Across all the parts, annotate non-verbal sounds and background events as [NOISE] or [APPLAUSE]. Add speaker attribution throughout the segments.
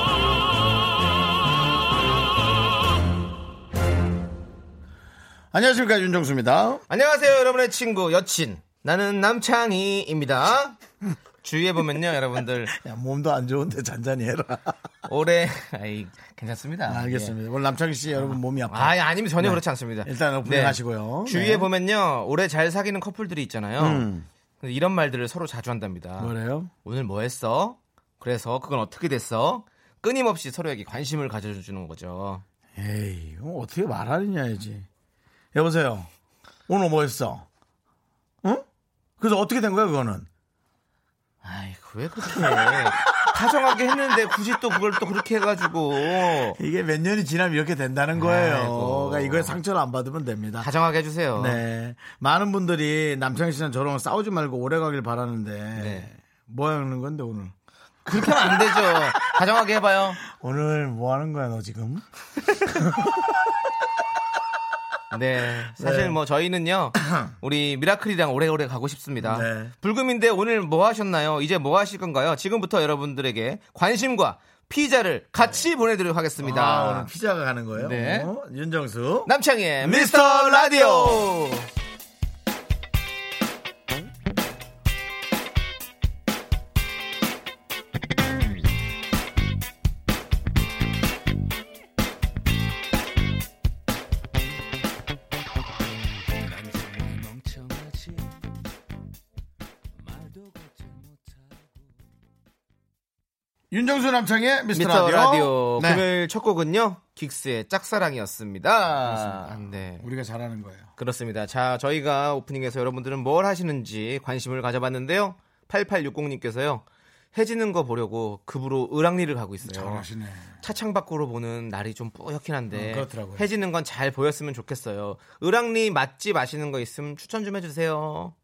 Speaker 1: 안녕하십니까 윤정수입니다.
Speaker 2: 안녕하세요, 여러분의 친구, 여친. 나는 남창희입니다. 주위에 보면요, 여러분들.
Speaker 1: 야, 몸도 안 좋은데 잔잔히 해라.
Speaker 2: 올해, 아이, 괜찮습니다.
Speaker 1: [LAUGHS]
Speaker 2: 예.
Speaker 1: 알겠습니다. 오늘 남창희 씨 여러분 몸이
Speaker 2: 아,
Speaker 1: 아파.
Speaker 2: 아니, 아니면
Speaker 1: 네.
Speaker 2: 전혀 그렇지 않습니다.
Speaker 1: 일단 오픈하시고요.
Speaker 2: 주위에
Speaker 1: 네.
Speaker 2: 보면요, 올해 잘 사귀는 커플들이 있잖아요.
Speaker 1: 음.
Speaker 2: 근데 이런 말들을 서로 자주 한답니다.
Speaker 1: 뭐래요?
Speaker 2: 오늘 뭐 했어? 그래서 그건 어떻게 됐어? 끊임없이 서로에게 관심을 가져주는 거죠.
Speaker 1: 에이, 이거 어떻게 말하느냐 해야지. 여보세요. 오늘 뭐 했어? 응? 그래서 어떻게 된 거야 그거는?
Speaker 2: 아이고, 왜 그렇게. [LAUGHS] 다정하게 했는데 굳이 또 그걸 또 그렇게 해가지고.
Speaker 1: 이게 몇 년이 지나면 이렇게 된다는 거예요.
Speaker 2: 아이고.
Speaker 1: 그러니까 이거에 상처를 안 받으면 됩니다.
Speaker 2: 다정하게 해주세요.
Speaker 1: 네. 많은 분들이 남창희 씨는 저랑 싸우지 말고 오래 가길 바라는데 뭐 하는 건데 오늘?
Speaker 2: 그렇게 하면 안 되죠. 다정하게 해봐요.
Speaker 1: 오늘 뭐 하는 거야 너 지금?
Speaker 2: 네. 사실
Speaker 1: 네.
Speaker 2: 뭐 저희는요, 우리 미라클이랑 오래오래 가고 싶습니다.
Speaker 1: 네.
Speaker 2: 불금인데 오늘 뭐 하셨나요? 이제 뭐 하실 건가요? 지금부터 여러분들에게 관심과 피자를 같이 보내드리도록 하겠습니다.
Speaker 1: 아, 오늘 피자가 가는 거예요?
Speaker 2: 네.
Speaker 1: 어? 윤정수.
Speaker 2: 남창희의 미스터 라디오!
Speaker 1: 윤정수 남창의 미스터,
Speaker 2: 미스터
Speaker 1: 라디오.
Speaker 2: 라디오.
Speaker 1: 네.
Speaker 2: 금요일 첫 곡은요, 긱스의 짝사랑이었습니다. 네.
Speaker 1: 우리가 잘하는 거예요.
Speaker 2: 그렇습니다. 자, 저희가 오프닝에서 여러분들은 뭘 하시는지 관심을 가져봤는데요. 8860님께서요. 해지는 거 보려고 급으로 을왕리를 가고 있어요.
Speaker 1: 잘하시네.
Speaker 2: 차창 밖으로 보는 날이 좀 뿌옇긴 한데
Speaker 1: 음, 그렇더라고요.
Speaker 2: 해지는 건 잘 보였으면 좋겠어요. 을왕리 맛집 아시는 거 있으면 추천 좀 해주세요.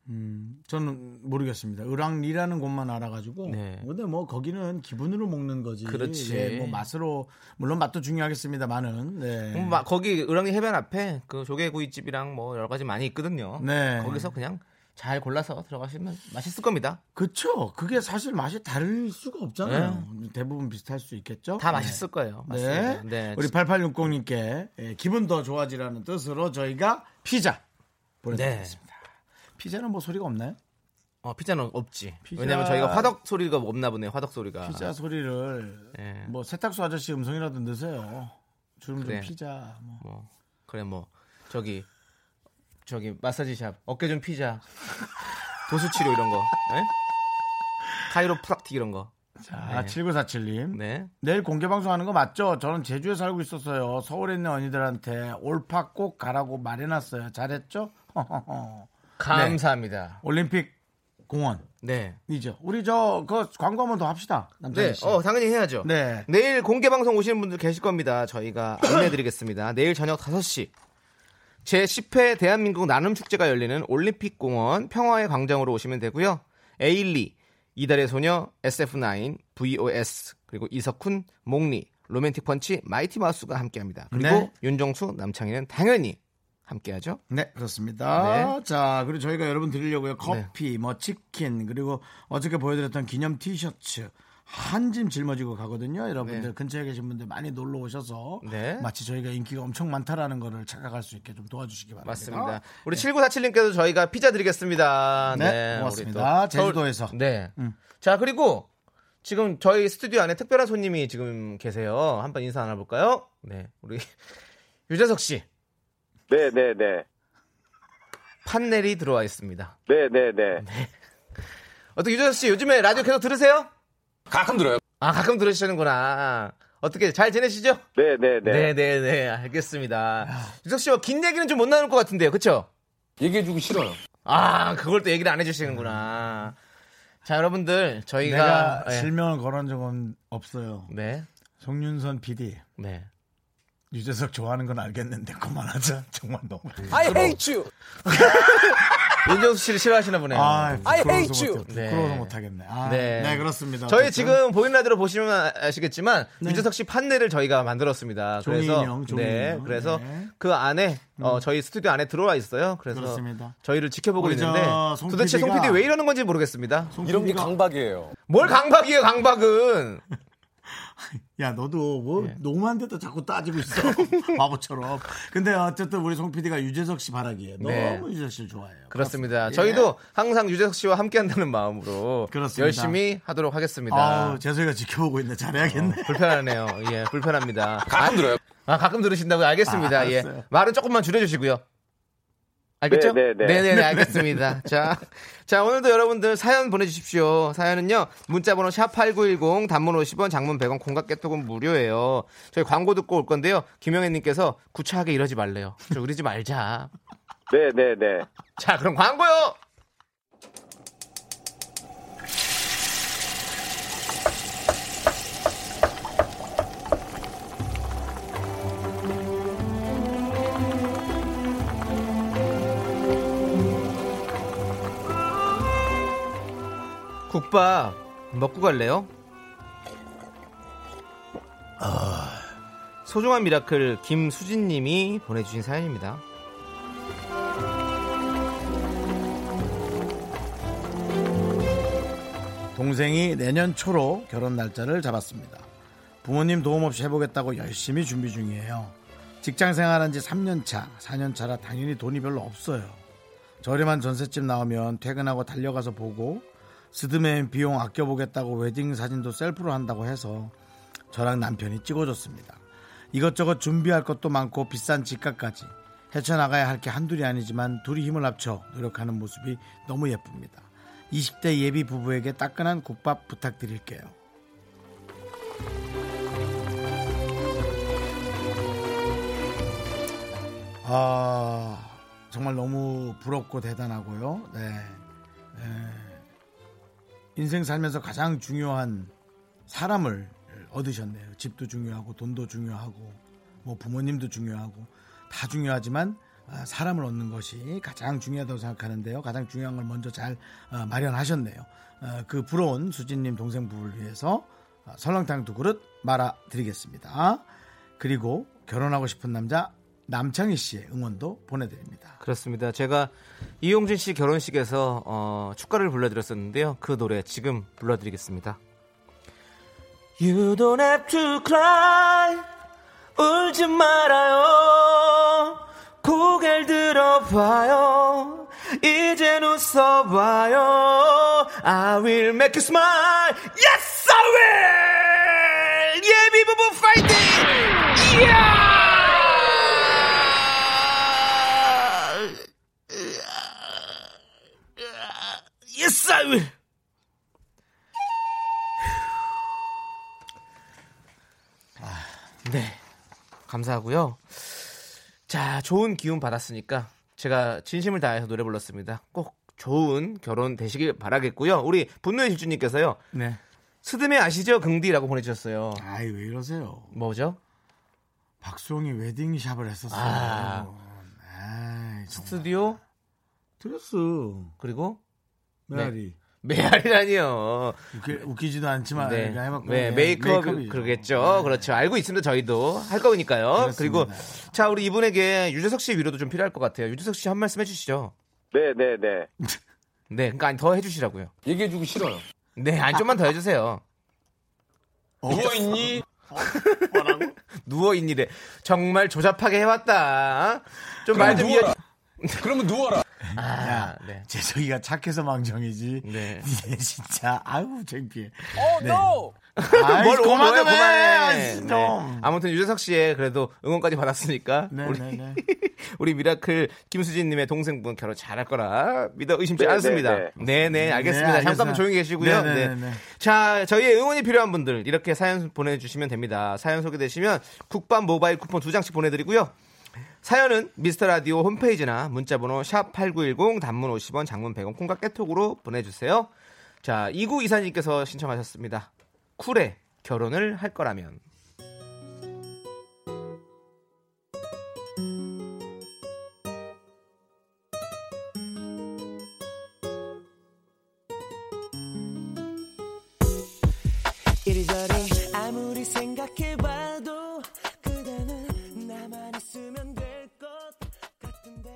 Speaker 1: 저는 모르겠습니다. 을왕리라는 곳만 알아가지고.
Speaker 2: 네.
Speaker 1: 근데 뭐 거기는 기분으로 먹는 거지.
Speaker 2: 그렇지.
Speaker 1: 예, 뭐 맛으로 물론 맛도 중요하겠습니다만은. 네.
Speaker 2: 음, 막 거기 을왕리 해변 앞에 그 조개구이집이랑 뭐 여러 가지 많이 있거든요.
Speaker 1: 네.
Speaker 2: 거기서 그냥 잘 골라서 들어가시면 맛있을 겁니다.
Speaker 1: 그쵸. 그게 사실 맛이 다를 수가 없잖아요. 대부분 비슷할 수 있겠죠.
Speaker 2: 네. 다
Speaker 1: 네.
Speaker 2: 맛있을 거예요.
Speaker 1: 네.
Speaker 2: 맞습니다. 네.
Speaker 1: 우리 8860님께 예, 기분 더 좋아지라는 뜻으로 저희가 피자
Speaker 2: 네.
Speaker 1: 보내드리겠습니다. 피자는 뭐 소리가 없나요?
Speaker 2: 어, 피자는 없지.
Speaker 1: 피자-
Speaker 2: 왜냐면 저희가 화덕 소리가 없나 보네요. 화덕 소리가.
Speaker 1: 피자 소리를
Speaker 2: 예.
Speaker 1: 뭐 세탁소 아저씨 음성이라도 넣으세요. 주름 좀
Speaker 2: 그래.
Speaker 1: 피자. 뭐.
Speaker 2: 뭐 그래 뭐 저기 저기 마사지샵 어깨 좀 피자 도수 치료 이런 거. 예? 카이로프락틱 이런 거.
Speaker 1: 자, 예.
Speaker 2: 네.
Speaker 1: 7947님.
Speaker 2: 네.
Speaker 1: 아, 내일 공개 방송하는 거 맞죠? 저는 제주에 살고 있었어요. 서울에 있는 언니들한테 올파 꼭 가라고 말해놨어요. 잘했죠? [LAUGHS]
Speaker 2: 감사합니다.
Speaker 1: 올림픽 공원이죠.
Speaker 2: 네.
Speaker 1: 우리 저 그 광고 한 번 더 합시다. 남자
Speaker 2: 네.
Speaker 1: 씨.
Speaker 2: 어, 당연히 해야죠.
Speaker 1: 네.
Speaker 2: 내일 공개 방송 오시는 분들 계실 겁니다. 저희가 안내 드리겠습니다. [CLEARS THROAT] 내일 저녁 5시 제 10회 대한민국 나눔 축제가 열리는 올림픽 공원 평화의 광장으로 오시면 되고요. 에일리, 이달의 소녀, SF9, VOS 그리고 이석훈, 몽리, 로맨틱 펀치, 마이티 마우스가 함께합니다. 그리고
Speaker 1: 네.
Speaker 2: 윤정수, 남창희는 당연히 함께하죠.
Speaker 1: 네, 그렇습니다.
Speaker 2: 네.
Speaker 1: 자, 그리고 저희가 여러분 드리려고요. 커피, 뭐 치킨, 그리고 어저께 보여드렸던 기념 티셔츠 한 짐 짊어지고 가거든요. 여러분들
Speaker 2: 네.
Speaker 1: 근처에 계신 분들 많이 놀러 오셔서
Speaker 2: 네.
Speaker 1: 마치 저희가 인기가 엄청 많다라는 거를 착각할 수 있게 좀 도와주시기 바랍니다.
Speaker 2: 맞습니다. 우리 7947님께도 저희가 피자 드리겠습니다.
Speaker 1: 네,
Speaker 2: 우리
Speaker 1: 고맙습니다.
Speaker 2: 또 서울-
Speaker 1: 제주도에서.
Speaker 2: 네.
Speaker 1: 음.
Speaker 2: 자, 그리고 지금 저희 스튜디오 안에 특별한 손님이 지금 계세요. 한번 인사 나눠볼까요? 네. 우리 [LAUGHS] 유재석 씨,
Speaker 3: 네네네.
Speaker 2: 판넬이 들어와 있습니다.
Speaker 3: 네네네.
Speaker 2: 어떻게 유재석 씨 요즘에 라디오 계속 들으세요?
Speaker 4: 가끔 들어요.
Speaker 2: 아, 가끔 들으시는구나. 어떻게 잘 지내시죠?
Speaker 3: 네네네.
Speaker 2: 네, 네, 알겠습니다. 유재석 씨와 뭐 긴 얘기는 좀 못 나눌 것 같은데요. 그쵸?
Speaker 4: 얘기해주기 싫어요.
Speaker 2: 아, 그걸 또 얘기를 안 해주시는구나. 자, 여러분들, 저희가. 예.
Speaker 1: 내가 실명을 걸은 적은 없어요.
Speaker 2: 네.
Speaker 1: 송윤선 PD
Speaker 2: 네.
Speaker 1: 유재석 좋아하는 건 알겠는데 그만하자. [LAUGHS] 정말 너무.
Speaker 2: 네.
Speaker 5: I hate you.
Speaker 2: 윤정수 씨를 싫어하시나 보네요.
Speaker 1: 아,
Speaker 5: I
Speaker 1: 부끄러워서
Speaker 5: hate you.
Speaker 1: 못해. 부끄러워서 못하겠네. 아,
Speaker 2: 네.
Speaker 1: 네. 그렇습니다.
Speaker 2: 저희
Speaker 1: 어쨌든
Speaker 2: 지금 보이는 라디오 보시면 아시겠지만 유재석 씨 판넬을 저희가 만들었습니다.
Speaker 1: 종이
Speaker 2: 그래서
Speaker 1: 인형, 종이
Speaker 2: 네,
Speaker 1: 인형.
Speaker 2: 그래서
Speaker 1: 네. 음.
Speaker 2: 그 안에 어, 저희 스튜디오 안에 들어와 있어요. 그래서
Speaker 1: 그렇습니다.
Speaker 2: 저희를 지켜보고
Speaker 1: 우리 저
Speaker 2: 있는데
Speaker 1: 송
Speaker 2: 도대체 송
Speaker 1: PD가
Speaker 2: PD 왜 이러는 건지 모르겠습니다.
Speaker 1: 송
Speaker 5: 이런 게
Speaker 1: PD가
Speaker 5: 강박이에요.
Speaker 2: 뭘 강박이에요,
Speaker 1: [LAUGHS]
Speaker 2: 강박은.
Speaker 1: 야 너도 뭐 녹음한 데도 자꾸 따지고 있어 [LAUGHS] 바보처럼 근데 어쨌든 우리 송 PD가 유재석 씨 바라기에
Speaker 2: 네.
Speaker 1: 너무 유재석 씨를 좋아해요
Speaker 2: 그렇습니다. 저희도 항상 유재석 씨와 함께한다는 마음으로
Speaker 1: 예. 그렇습니다.
Speaker 2: 열심히 하도록 하겠습니다.
Speaker 1: 아우 재석이가 지켜보고 있네 잘해야겠네
Speaker 2: 어, 불편하네요. 예, 불편합니다.
Speaker 4: 가끔 들어요.
Speaker 2: 아, 가끔 들으신다고요? 알겠습니다.
Speaker 1: 아,
Speaker 2: 예.
Speaker 1: 알았어요.
Speaker 2: 말은 조금만 줄여주시고요. 알겠죠?
Speaker 3: 네, 네, 네. [LAUGHS]
Speaker 2: 네네네, 알겠습니다. 자, 자, 오늘도 여러분들 사연 보내주십시오. 사연은요, 문자번호 샵8910, 단문 50원, 장문 100원, 공각개톡은 무료예요. 저희 광고 듣고 올 건데요. 김영애님께서 구차하게 이러지 말래요. 좀 이러지 말자.
Speaker 3: 네, 네, 네.
Speaker 2: 자, 그럼 광고요! 국밥 먹고 갈래요? 아, 소중한 미라클 김수진님이 보내주신 사연입니다.
Speaker 1: 어, 동생이 내년 초로 결혼 날짜를 잡았습니다. 부모님 도움 없이 해보겠다고 열심히 준비 중이에요. 직장 생활한 지 3년 차, 4년 차라 당연히 돈이 별로 없어요. 저렴한 전셋집 나오면 퇴근하고 달려가서 보고 스드맨 비용 아껴보겠다고 웨딩 사진도 셀프로 한다고 해서 저랑 남편이 찍어줬습니다. 이것저것 준비할 것도 많고 비싼 집값까지 헤쳐나가야 할 게 한둘이 아니지만 둘이 힘을 합쳐 노력하는 모습이 너무 예쁩니다. 20대 예비 부부에게 따끈한 국밥 부탁드릴게요. 아 정말 너무 부럽고 대단하고요. 네. 네. 인생 살면서 가장 중요한 사람을 얻으셨네요. 집도 중요하고 돈도 중요하고 뭐 부모님도 중요하고 다 중요하지만 아, 사람을 얻는 것이 가장 중요하다고 생각하는데요. 가장 중요한 걸 먼저 잘 어, 마련하셨네요. 어, 그 부러운 수진님 동생 부부를 위해서 어, 설렁탕 두 그릇 말아드리겠습니다. 그리고 결혼하고 싶은 남자 남창희 씨의 응원도 보내드립니다.
Speaker 2: 그렇습니다. 제가 이용진 씨 결혼식에서 어, 축가를 불러드렸었는데요. 그 노래 지금 불러드리겠습니다. You don't have to cry. 울지 말아요. 고개를 들어봐요. 이젠 웃어봐요. I will make you smile. Yes, I will! 예비 부부 파이팅! 이야! Yes, I will! 네. 감사하고요. 자, 좋은 기운 받았으니까 제가 진심을 다해서 노래 불렀습니다. 꼭 좋은 결혼 되시길 바라겠고요. 우리 분노의 질주님께서요.
Speaker 1: 네.
Speaker 2: 스드메 아시죠? 긍디라고 보내주셨어요.
Speaker 1: 아이 왜 이러세요?
Speaker 2: 뭐죠?
Speaker 1: 박수홍이 웨딩샵을 했었어요.
Speaker 2: 아.
Speaker 1: 아, 스튜
Speaker 2: 스튜디오
Speaker 1: 드레스
Speaker 2: 그리고
Speaker 1: 메아리
Speaker 2: 메아리라니요.
Speaker 1: 네. 웃기, 지도 않지만
Speaker 2: 네,
Speaker 1: 그냥 아, 해봤거든요.
Speaker 2: 네, 메이크업
Speaker 1: 메이크업이죠. 네.
Speaker 2: 그러겠죠. 그렇죠. 알고 있습니다. 저희도 할 거니까요. 그리고
Speaker 1: 그렇습니다.
Speaker 2: 자 우리 이분에게 유재석 씨 위로도 좀 필요할 것 같아요. 유재석 씨 한 말씀 해주시죠.
Speaker 3: 네, 네, 네.
Speaker 2: [LAUGHS] 네, 그러니까 아니, 더 해주시라고요.
Speaker 4: 얘기해주기 싫어요.
Speaker 2: 네, 아니 좀만 더 해주세요.
Speaker 4: 누워있니?
Speaker 2: 누워 있니래 정말 조잡하게 해왔다. 좀 말 좀 이해.
Speaker 4: 누워라. 그러면 누워라.
Speaker 2: 아, 네.
Speaker 1: 재석이가 착해서 [LAUGHS] 망정이지.
Speaker 2: 네.
Speaker 1: 네, 진짜 아우 창피해. 네.
Speaker 5: Oh no.
Speaker 1: 아이,
Speaker 2: 뭘
Speaker 1: 그만
Speaker 2: 오버해요,
Speaker 1: 좀 해.
Speaker 2: 그만해.
Speaker 1: 아이,
Speaker 2: 네.
Speaker 1: 좀.
Speaker 2: 아무튼 유재석 씨의 그래도 응원까지 받았으니까
Speaker 1: 네,
Speaker 2: 우리
Speaker 1: 네, 네.
Speaker 2: 우리 미라클 김수진님의 동생분 결혼 잘할 거라 믿어 의심치
Speaker 3: 네,
Speaker 2: 않습니다.
Speaker 3: 네,
Speaker 2: 네네 알겠습니다.
Speaker 1: 알겠습니다.
Speaker 2: 잠깐만 조용히 계시고요.
Speaker 1: 네, 네, 네,
Speaker 2: 네.
Speaker 1: 네.
Speaker 2: 자 저희의 응원이 필요한 분들 이렇게 사연 보내주시면 됩니다. 사연 소개되시면 국밥 모바일 쿠폰 두 장씩 보내드리고요. 사연은 미스터 라디오 홈페이지나 문자번호 샵 #8910 단문 50원, 장문 100원 콩과 깨톡으로 보내주세요. 자 이구 이사님께서 신청하셨습니다. 쿨에 결혼을 할 거라면.
Speaker 6: 이리저리 아무리 생각해봐도 그대는 나만 있으면 될 것 같은데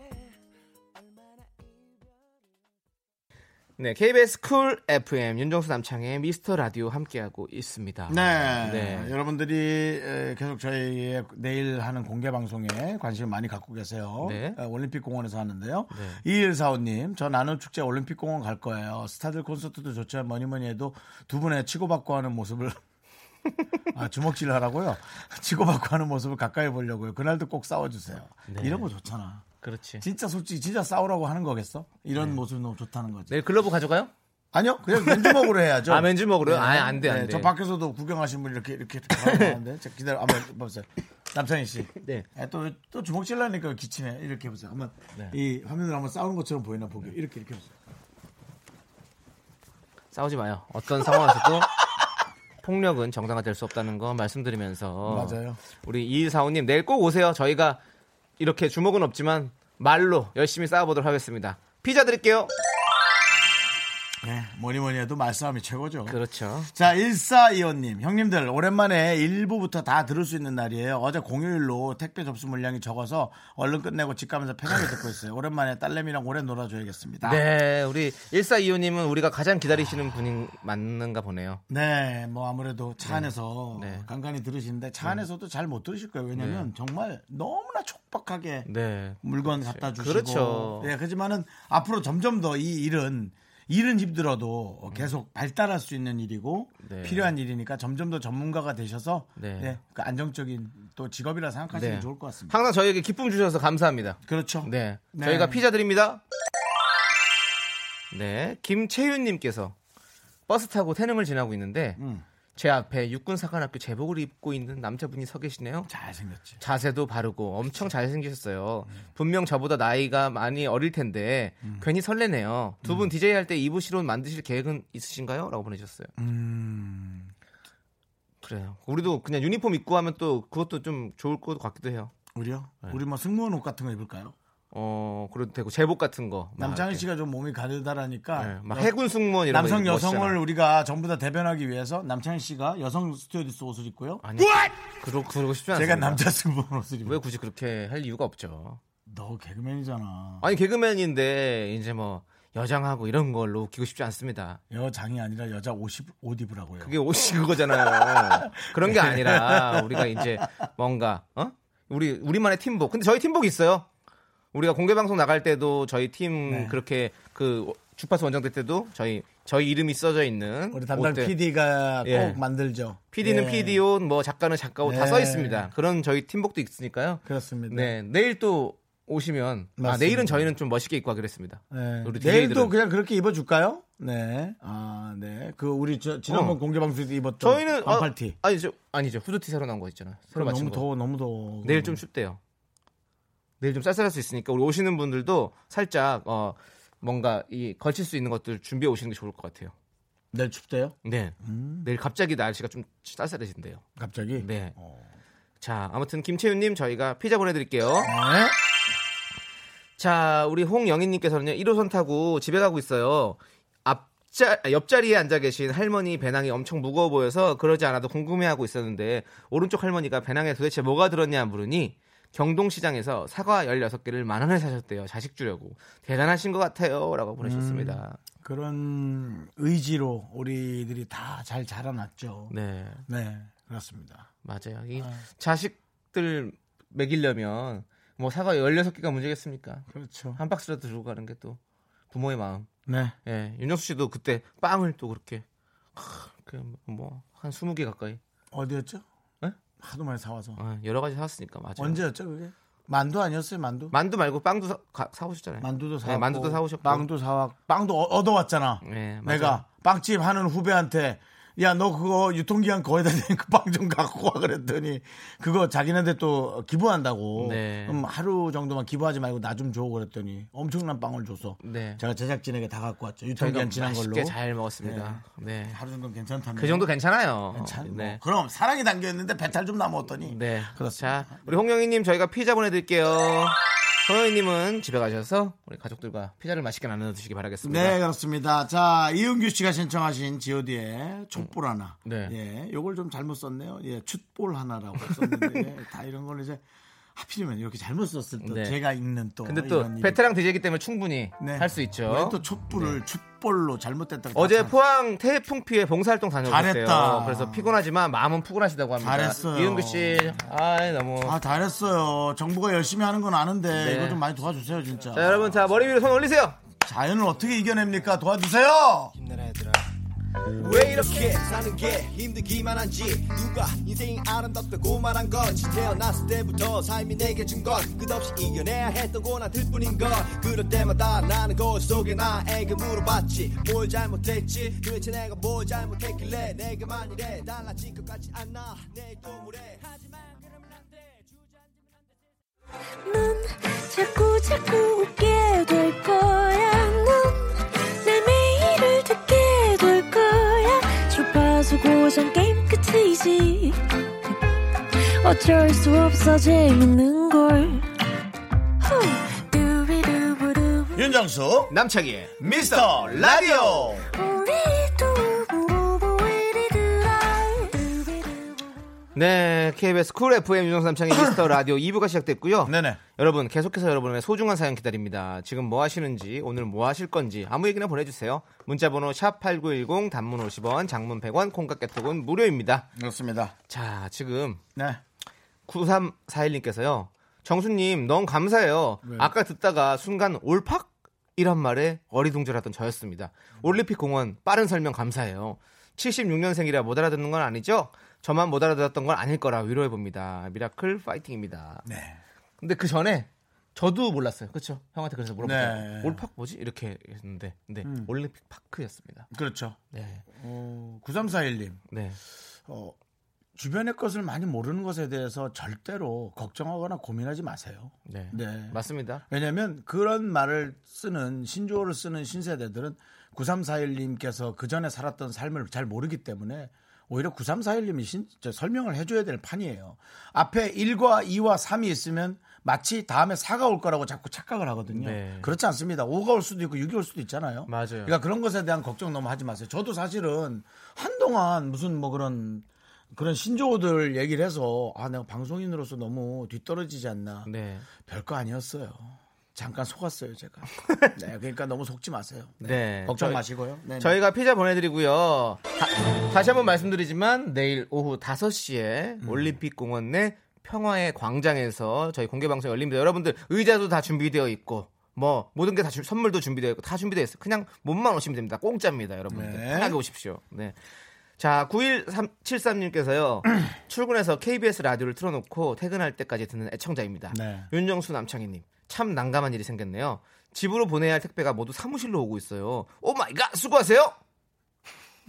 Speaker 6: 얼마나
Speaker 2: 네, KBS 쿨 FM 윤정수 남창의 미스터 라디오 함께하고 있습니다.
Speaker 1: 네.
Speaker 2: 네.
Speaker 1: 여러분들이 에, 계속 저희의 내일 하는 공개 방송에 관심을 많이 갖고 계세요.
Speaker 2: 네.
Speaker 1: 에, 올림픽공원에서 하는데요. 이일사오님, 저 나눔 축제 올림픽공원 갈 거예요. 스타들 콘서트도 좋지만 뭐니 뭐니 해도 두 분의 치고받고 하는 모습을 [LAUGHS] 아, 주먹질 하라고요? 치고받고 하는 모습을 가까이 보려고요. 그날도 꼭 싸워주세요. 이런 거 좋잖아.
Speaker 2: 그렇지.
Speaker 1: 진짜 솔직히 진짜 싸우라고 하는 거겠어? 이런 모습이 너무 좋다는 거지.
Speaker 2: 내일 글러브 가져가요?
Speaker 1: 아니요, 그냥 맨주먹으로 해야죠.
Speaker 2: [LAUGHS] 아, 맨주먹으로요? 아예 안 돼, 안
Speaker 1: 네,
Speaker 2: 돼.
Speaker 1: 저 밖에서도 구경하신 분 이렇게 이렇게 하는데 기다려 한번 보세요. 남창희 씨.
Speaker 2: 네.
Speaker 1: 아, 또, 또 주먹 찔라니까 기침해. 이렇게 해보세요. 한번 이 화면으로 한번 싸우는 것처럼 보이나 보게. 이렇게 이렇게 해보세요.
Speaker 2: 싸우지 마요. 어떤 상황에서도 [LAUGHS] 폭력은 정당화될 수 없다는 거 말씀드리면서
Speaker 1: 맞아요.
Speaker 2: 우리 이사오님 내일 꼭 오세요. 저희가 이렇게 주먹은 없지만 말로 열심히 싸워보도록 하겠습니다. 피자 드릴게요.
Speaker 1: 네, 뭐니 뭐니 해도 말싸움이 최고죠.
Speaker 2: 그렇죠.
Speaker 1: 자, 1425님. 형님들, 오랜만에 일부부터 다 들을 수 있는 날이에요. 어제 공휴일로 택배 접수 물량이 적어서 얼른 끝내고 집 가면서 편하게 듣고 있어요. 오랜만에 딸내미랑 오래 놀아줘야겠습니다.
Speaker 2: 네, 우리 1425님은 우리가 가장 기다리시는 분이 맞는가 보네요.
Speaker 1: 네, 뭐 아무래도 차 안에서
Speaker 2: 네.
Speaker 1: 간간히 들으시는데 차 안에서도 잘 못 들으실 거예요. 왜냐면 정말 너무나 촉박하게
Speaker 2: 네.
Speaker 1: 물건 갖다 주시고.
Speaker 2: 그렇죠.
Speaker 1: 예, 그렇지만은 앞으로 점점 더 이 일은 일은 힘들어도 계속 발달할 수 있는 일이고
Speaker 2: 음. 네.
Speaker 1: 필요한 일이니까 점점 더 전문가가 되셔서
Speaker 2: 네.
Speaker 1: 예, 그 안정적인 또 직업이라 생각하시면
Speaker 2: 네.
Speaker 1: 좋을 것 같습니다.
Speaker 2: 항상 저희에게 기쁨 주셔서 감사합니다.
Speaker 1: 그렇죠.
Speaker 2: 네.
Speaker 1: 네.
Speaker 2: 저희가 피자 드립니다. 네. 김채윤님께서 버스 타고 태릉을 지나고 있는데
Speaker 1: 음.
Speaker 2: 제 앞에 육군사관학교 제복을 입고 있는 남자분이 서 계시네요.
Speaker 1: 잘생겼지.
Speaker 2: 자세도 바르고 엄청 잘생기셨어요.
Speaker 1: 음.
Speaker 2: 분명 저보다 나이가 많이 어릴 텐데 괜히 설레네요. 두
Speaker 1: 음.
Speaker 2: 분 디제이 할 때 이브시론 만드실 계획은 있으신가요? 라고 보내주셨어요.
Speaker 1: 음,
Speaker 2: 그래요. 우리도 그냥 유니폼 입고 하면 또 그것도 좀 좋을 것 같기도 해요.
Speaker 1: 우리요?
Speaker 2: 네.
Speaker 1: 우리 뭐 승무원 옷 같은 거 입을까요?
Speaker 2: 어, 그래도 되고 제복 같은 거. 막
Speaker 1: 남창희
Speaker 2: 이렇게.
Speaker 1: 씨가 좀 몸이 가느다라니까
Speaker 2: 네, 막
Speaker 1: 여-
Speaker 2: 해군 승무원 이런
Speaker 1: 남성
Speaker 2: 거 멋있잖아.
Speaker 1: 여성을 우리가 전부 다 대변하기 위해서 남창희 씨가 여성 스튜어디스 옷을 입고요.
Speaker 2: 아니 그러 그러고 싶지 않습니다.
Speaker 1: 제가 남자 승무원 옷을 입고.
Speaker 2: 아, 왜 굳이 그렇게 할 이유가 없죠.
Speaker 1: 너 개그맨이잖아.
Speaker 2: 아니 개그맨인데 이제 뭐 여장하고 이런 걸로 웃기고 싶지 않습니다.
Speaker 1: 여장이 아니라 여자 50옷 입으라고요.
Speaker 2: 그게 옷이 그거잖아요.
Speaker 1: [LAUGHS]
Speaker 2: 그런 게
Speaker 1: 네.
Speaker 2: 아니라 우리가 이제 뭔가 어 우리 우리만의 팀복. 근데 저희 팀복 있어요. 우리가 공개 방송 나갈 때도 저희 팀
Speaker 1: 네.
Speaker 2: 그렇게 그 주파수 원정대 때도 저희 저희 이름이 써져 있는
Speaker 1: 우리 담당
Speaker 2: 옷들.
Speaker 1: PD가
Speaker 2: 예.
Speaker 1: 꼭 만들죠.
Speaker 2: PD는
Speaker 1: 예.
Speaker 2: PD 옷, 뭐 작가는 작가 옷 다
Speaker 1: 네.
Speaker 2: 써 있습니다. 그런 저희 팀복도 있으니까요.
Speaker 1: 그렇습니다.
Speaker 2: 네, 내일 또 오시면 아,
Speaker 1: 맞습니다.
Speaker 2: 내일은 저희는 좀 멋있게 입고 하기로 했습니다.
Speaker 1: 네.
Speaker 2: 우리 DJ들은.
Speaker 1: 내일도 그냥 그렇게 입어줄까요? 네. 아, 네. 그 우리 저 지난번
Speaker 2: 어.
Speaker 1: 공개 방송에서 입었던
Speaker 2: 저희는 아,
Speaker 1: 반팔티.
Speaker 2: 아니죠, 아니죠. 후드티 새로 나온 거 있잖아요. 새로 맞춘
Speaker 1: 너무
Speaker 2: 거.
Speaker 1: 더워, 너무 더워.
Speaker 2: 내일 좀 춥대요. 내일 좀 쌀쌀할 수 있으니까 우리 오시는 분들도 살짝 어, 뭔가 이 걸칠 수 있는 것들 준비해 오시는 게 좋을 것 같아요.
Speaker 1: 내일 춥대요?
Speaker 2: 네,
Speaker 1: 음.
Speaker 2: 내일 갑자기 날씨가 좀 쌀쌀해진대요.
Speaker 1: 갑자기?
Speaker 2: 네.
Speaker 1: 어.
Speaker 2: 자, 아무튼 김채윤님 저희가 피자 보내드릴게요.
Speaker 1: 네.
Speaker 2: 자, 우리 홍영희님께서는요, 1호선 타고 집에 가고 있어요. 앞자, 아, 옆자리에 앉아 계신 할머니 배낭이 엄청 무거워 보여서 그러지 않아도 궁금해하고 있었는데, 오른쪽 할머니가 배낭에 도대체 뭐가 들었냐 물으니, 경동시장에서 사과 16개를 만 원에 사셨대요. 자식 주려고. 대단하신 것 같아요. 라고 보내셨습니다.
Speaker 1: 그런 의지로 우리들이 다 잘 자라났죠. 네.
Speaker 2: 네,
Speaker 1: 그렇습니다.
Speaker 2: 맞아요. 이 자식들 먹이려면, 뭐 사과 16개가 문제겠습니까?
Speaker 1: 그렇죠.
Speaker 2: 한 박스라도 들고 가는 게 또 부모의 마음.
Speaker 1: 네.
Speaker 2: 예, 윤정수 씨도 그때 빵을 또 그렇게 그뭐한 20개 가까이
Speaker 1: 어디였죠?
Speaker 2: 예?
Speaker 1: 하도 많이 사와서.
Speaker 2: 아, 그렇죠. 여러 가지 사왔으니까 맞아요.
Speaker 1: 언제였죠 그게? 만두 아니었어요 만두?
Speaker 2: 만두 말고 빵도 사, 가- 사오셨잖아요.
Speaker 1: 만두도 사왔고
Speaker 2: 네, 만두도 사오셨고.
Speaker 1: 빵도 사와 빵도 어- 얻어왔잖아.
Speaker 2: 네, 맞아요.
Speaker 1: 내가 빵집 하는 후배한테 야 너 그거 유통기한 거의 다 되니까 그 빵 좀 갖고 와 그랬더니 그거 자기네한테 또 기부한다고
Speaker 2: 네.
Speaker 1: 그럼 하루 정도만 기부하지 말고 나 좀 줘 그랬더니 엄청난 빵을 줘서
Speaker 2: 네.
Speaker 1: 제가 제작진에게 다 갖고 왔죠
Speaker 2: 저희가
Speaker 1: 유통기한 지난 걸로
Speaker 2: 맛있게 잘 먹었습니다. 네.
Speaker 1: 하루 정도 괜찮다면
Speaker 2: 그 정도 괜찮아요.
Speaker 1: 괜찮
Speaker 2: 네.
Speaker 1: 뭐. 그럼 사랑이 담겨 있는데 배탈 좀 남아 어더니
Speaker 2: 네.
Speaker 1: 그렇습니다
Speaker 2: 자, 우리 홍영희 님 저희가 피자 보내 드릴게요. 성현이님은 집에 가셔서 우리 가족들과 피자를 맛있게 나눠 드시기 바라겠습니다.
Speaker 1: 네, 그렇습니다. 자, 이은규 씨가 신청하신 GOD의 촛불 하나.
Speaker 2: 네.
Speaker 1: 예, 요걸 좀 잘못 썼네요. 예, 촛불 하나라고 썼는데
Speaker 2: [LAUGHS]
Speaker 1: 예, 다 이런 걸 이제 하필이면 이렇게 잘못 썼을 때
Speaker 2: 네.
Speaker 1: 제가 읽는 또
Speaker 2: 근데 또
Speaker 1: 이런 일이-
Speaker 2: 베테랑 DJ이기 때문에 충분히
Speaker 1: 네.
Speaker 2: 할 수
Speaker 1: 왜
Speaker 2: 있죠. 네.
Speaker 1: 또 촛불을 촛불로 잘못됐다고
Speaker 2: 어제
Speaker 1: 다 참-
Speaker 2: 포항 태풍 피해 봉사활동 다녀오셨대요.
Speaker 1: 잘했다.
Speaker 2: 그래서 피곤하지만 마음은 푸근하시다고 합니다.
Speaker 1: 잘했어요.
Speaker 2: 이은규 씨, 아이 너무.
Speaker 1: 아, 잘했어요. 정부가 열심히 하는 건 아는데 이거 좀 많이 도와주세요, 진짜.
Speaker 2: 네. 자 여러분 자 머리 위로 손 올리세요.
Speaker 1: 자연을 어떻게 이겨냅니까? 도와주세요.
Speaker 2: 왜 이렇게?
Speaker 6: 사는 게 힘들기만 한지 누가 인생이 아름답다고 말한 건지 태어났을 때부터 삶이 내게 준 건 끝없이 이겨내야 했던 고난들 뿐인 걸 그럴 때마다 나는 거울 속에 나에게 물어봤지 뭘 잘못했지 도대체 내가 뭘 잘못했길래 내게만 이래 달라질 것 같지 않아 내일도 모레 하지만 그러면 안돼
Speaker 7: 넌 자꾸 자꾸 웃게 될 거야. 넌내 매일을 듣게 될 거야. 주파수 고정 게임 끝이지. 어쩔 수 없어 재밌는 걸. 후. 두비두부두.
Speaker 1: 윤정수
Speaker 2: 남창희의
Speaker 1: 미스터 라디오.
Speaker 7: 우리 두부부부 우리들아. 두비두부.
Speaker 2: 네 KBS 쿨 FM 유정수 남창희 미스터 라디오 2부가 시작됐고요.
Speaker 1: 네네.
Speaker 2: 여러분 계속해서 여러분의 소중한 사연 기다립니다. 지금 뭐 하시는지 오늘 뭐 하실 건지 아무 얘기나 보내주세요. 문자번호 샵 #8910 단문 50원, 장문 100원, 콩깍 개톡은 무료입니다.
Speaker 1: 그렇습니다.
Speaker 2: 자 지금
Speaker 1: 네.
Speaker 2: 9341님께서요. 정수님, 너무 감사해요.
Speaker 1: 네.
Speaker 2: 아까 듣다가 순간 올팍? 이란 말에 어리둥절하던 저였습니다. 올림픽 공원 빠른 설명 감사해요. 76년생이라 못 알아듣는 건 아니죠? 저만 못 알아들었던 건 아닐 거라 위로해 봅니다. 미라클 파이팅입니다.
Speaker 1: 네.
Speaker 2: 근데 그 전에 저도 몰랐어요. 그렇죠? 형한테 그래서 물어봤어요.
Speaker 1: 네. 음.
Speaker 2: 올팍 뭐지? 이렇게 했는데 근데 올림픽 파크였습니다.
Speaker 1: 그렇죠.
Speaker 2: 네.
Speaker 1: 어, 9341님.
Speaker 2: 네.
Speaker 1: 어, 주변의 것을 많이 모르는 것에 대해서 절대로 걱정하거나 고민하지 마세요.
Speaker 2: 네.
Speaker 1: 네.
Speaker 2: 맞습니다.
Speaker 1: 왜냐하면 그런 말을 쓰는 신조어를 쓰는 신세대들은 9341님께서 그 전에 살았던 삶을 잘 모르기 때문에 오히려 9341님이 신, 저 설명을 해줘야 될 판이에요. 앞에 1과 2와 3이 있으면 마치 다음에 4가 올 거라고 자꾸 착각을 하거든요.
Speaker 2: 네.
Speaker 1: 그렇지 않습니다. 5가 올 수도 있고 6이 올 수도 있잖아요.
Speaker 2: 맞아요.
Speaker 1: 그러니까 그런 것에 대한 걱정 너무 하지 마세요. 저도 사실은 한동안 무슨 뭐 그런 그런 신조어들 얘기를 해서 아 내가 방송인으로서 너무 뒤떨어지지 않나
Speaker 2: 네.
Speaker 1: 별거 아니었어요. 잠깐 속았어요
Speaker 2: [LAUGHS]
Speaker 1: 제가. 네, 그러니까 너무 속지 마세요.
Speaker 2: 네.
Speaker 1: 걱정
Speaker 2: 저희-
Speaker 1: 마시고요. 네, 네.
Speaker 2: 저희가 피자 보내드리고요. 다, 시 한번 말씀드리지만 내일 오후
Speaker 1: 음.
Speaker 2: 5시에 올림픽 공원 내 평화의 광장에서 저희 공개 방송 열립니다. 여러분들 의자도 다 준비되어 있고 뭐 모든 게 다 선물도 준비되어 있고 다 준비되어 있어요. 그냥 몸만 오시면 됩니다. 공짜입니다, 여러분들.
Speaker 1: 네.
Speaker 2: 편하게 오십시오. 네. 자, 91373님께서요. [CLEARS THROAT] 출근해서 KBS 라디오를 틀어놓고 퇴근할 때까지 듣는 애청자입니다.
Speaker 1: 네.
Speaker 2: 윤정수 남창희님 참 난감한 일이 생겼네요. 집으로 보내야 할 택배가 모두 사무실로 오고 있어요. 오 마이 갓 수고하세요.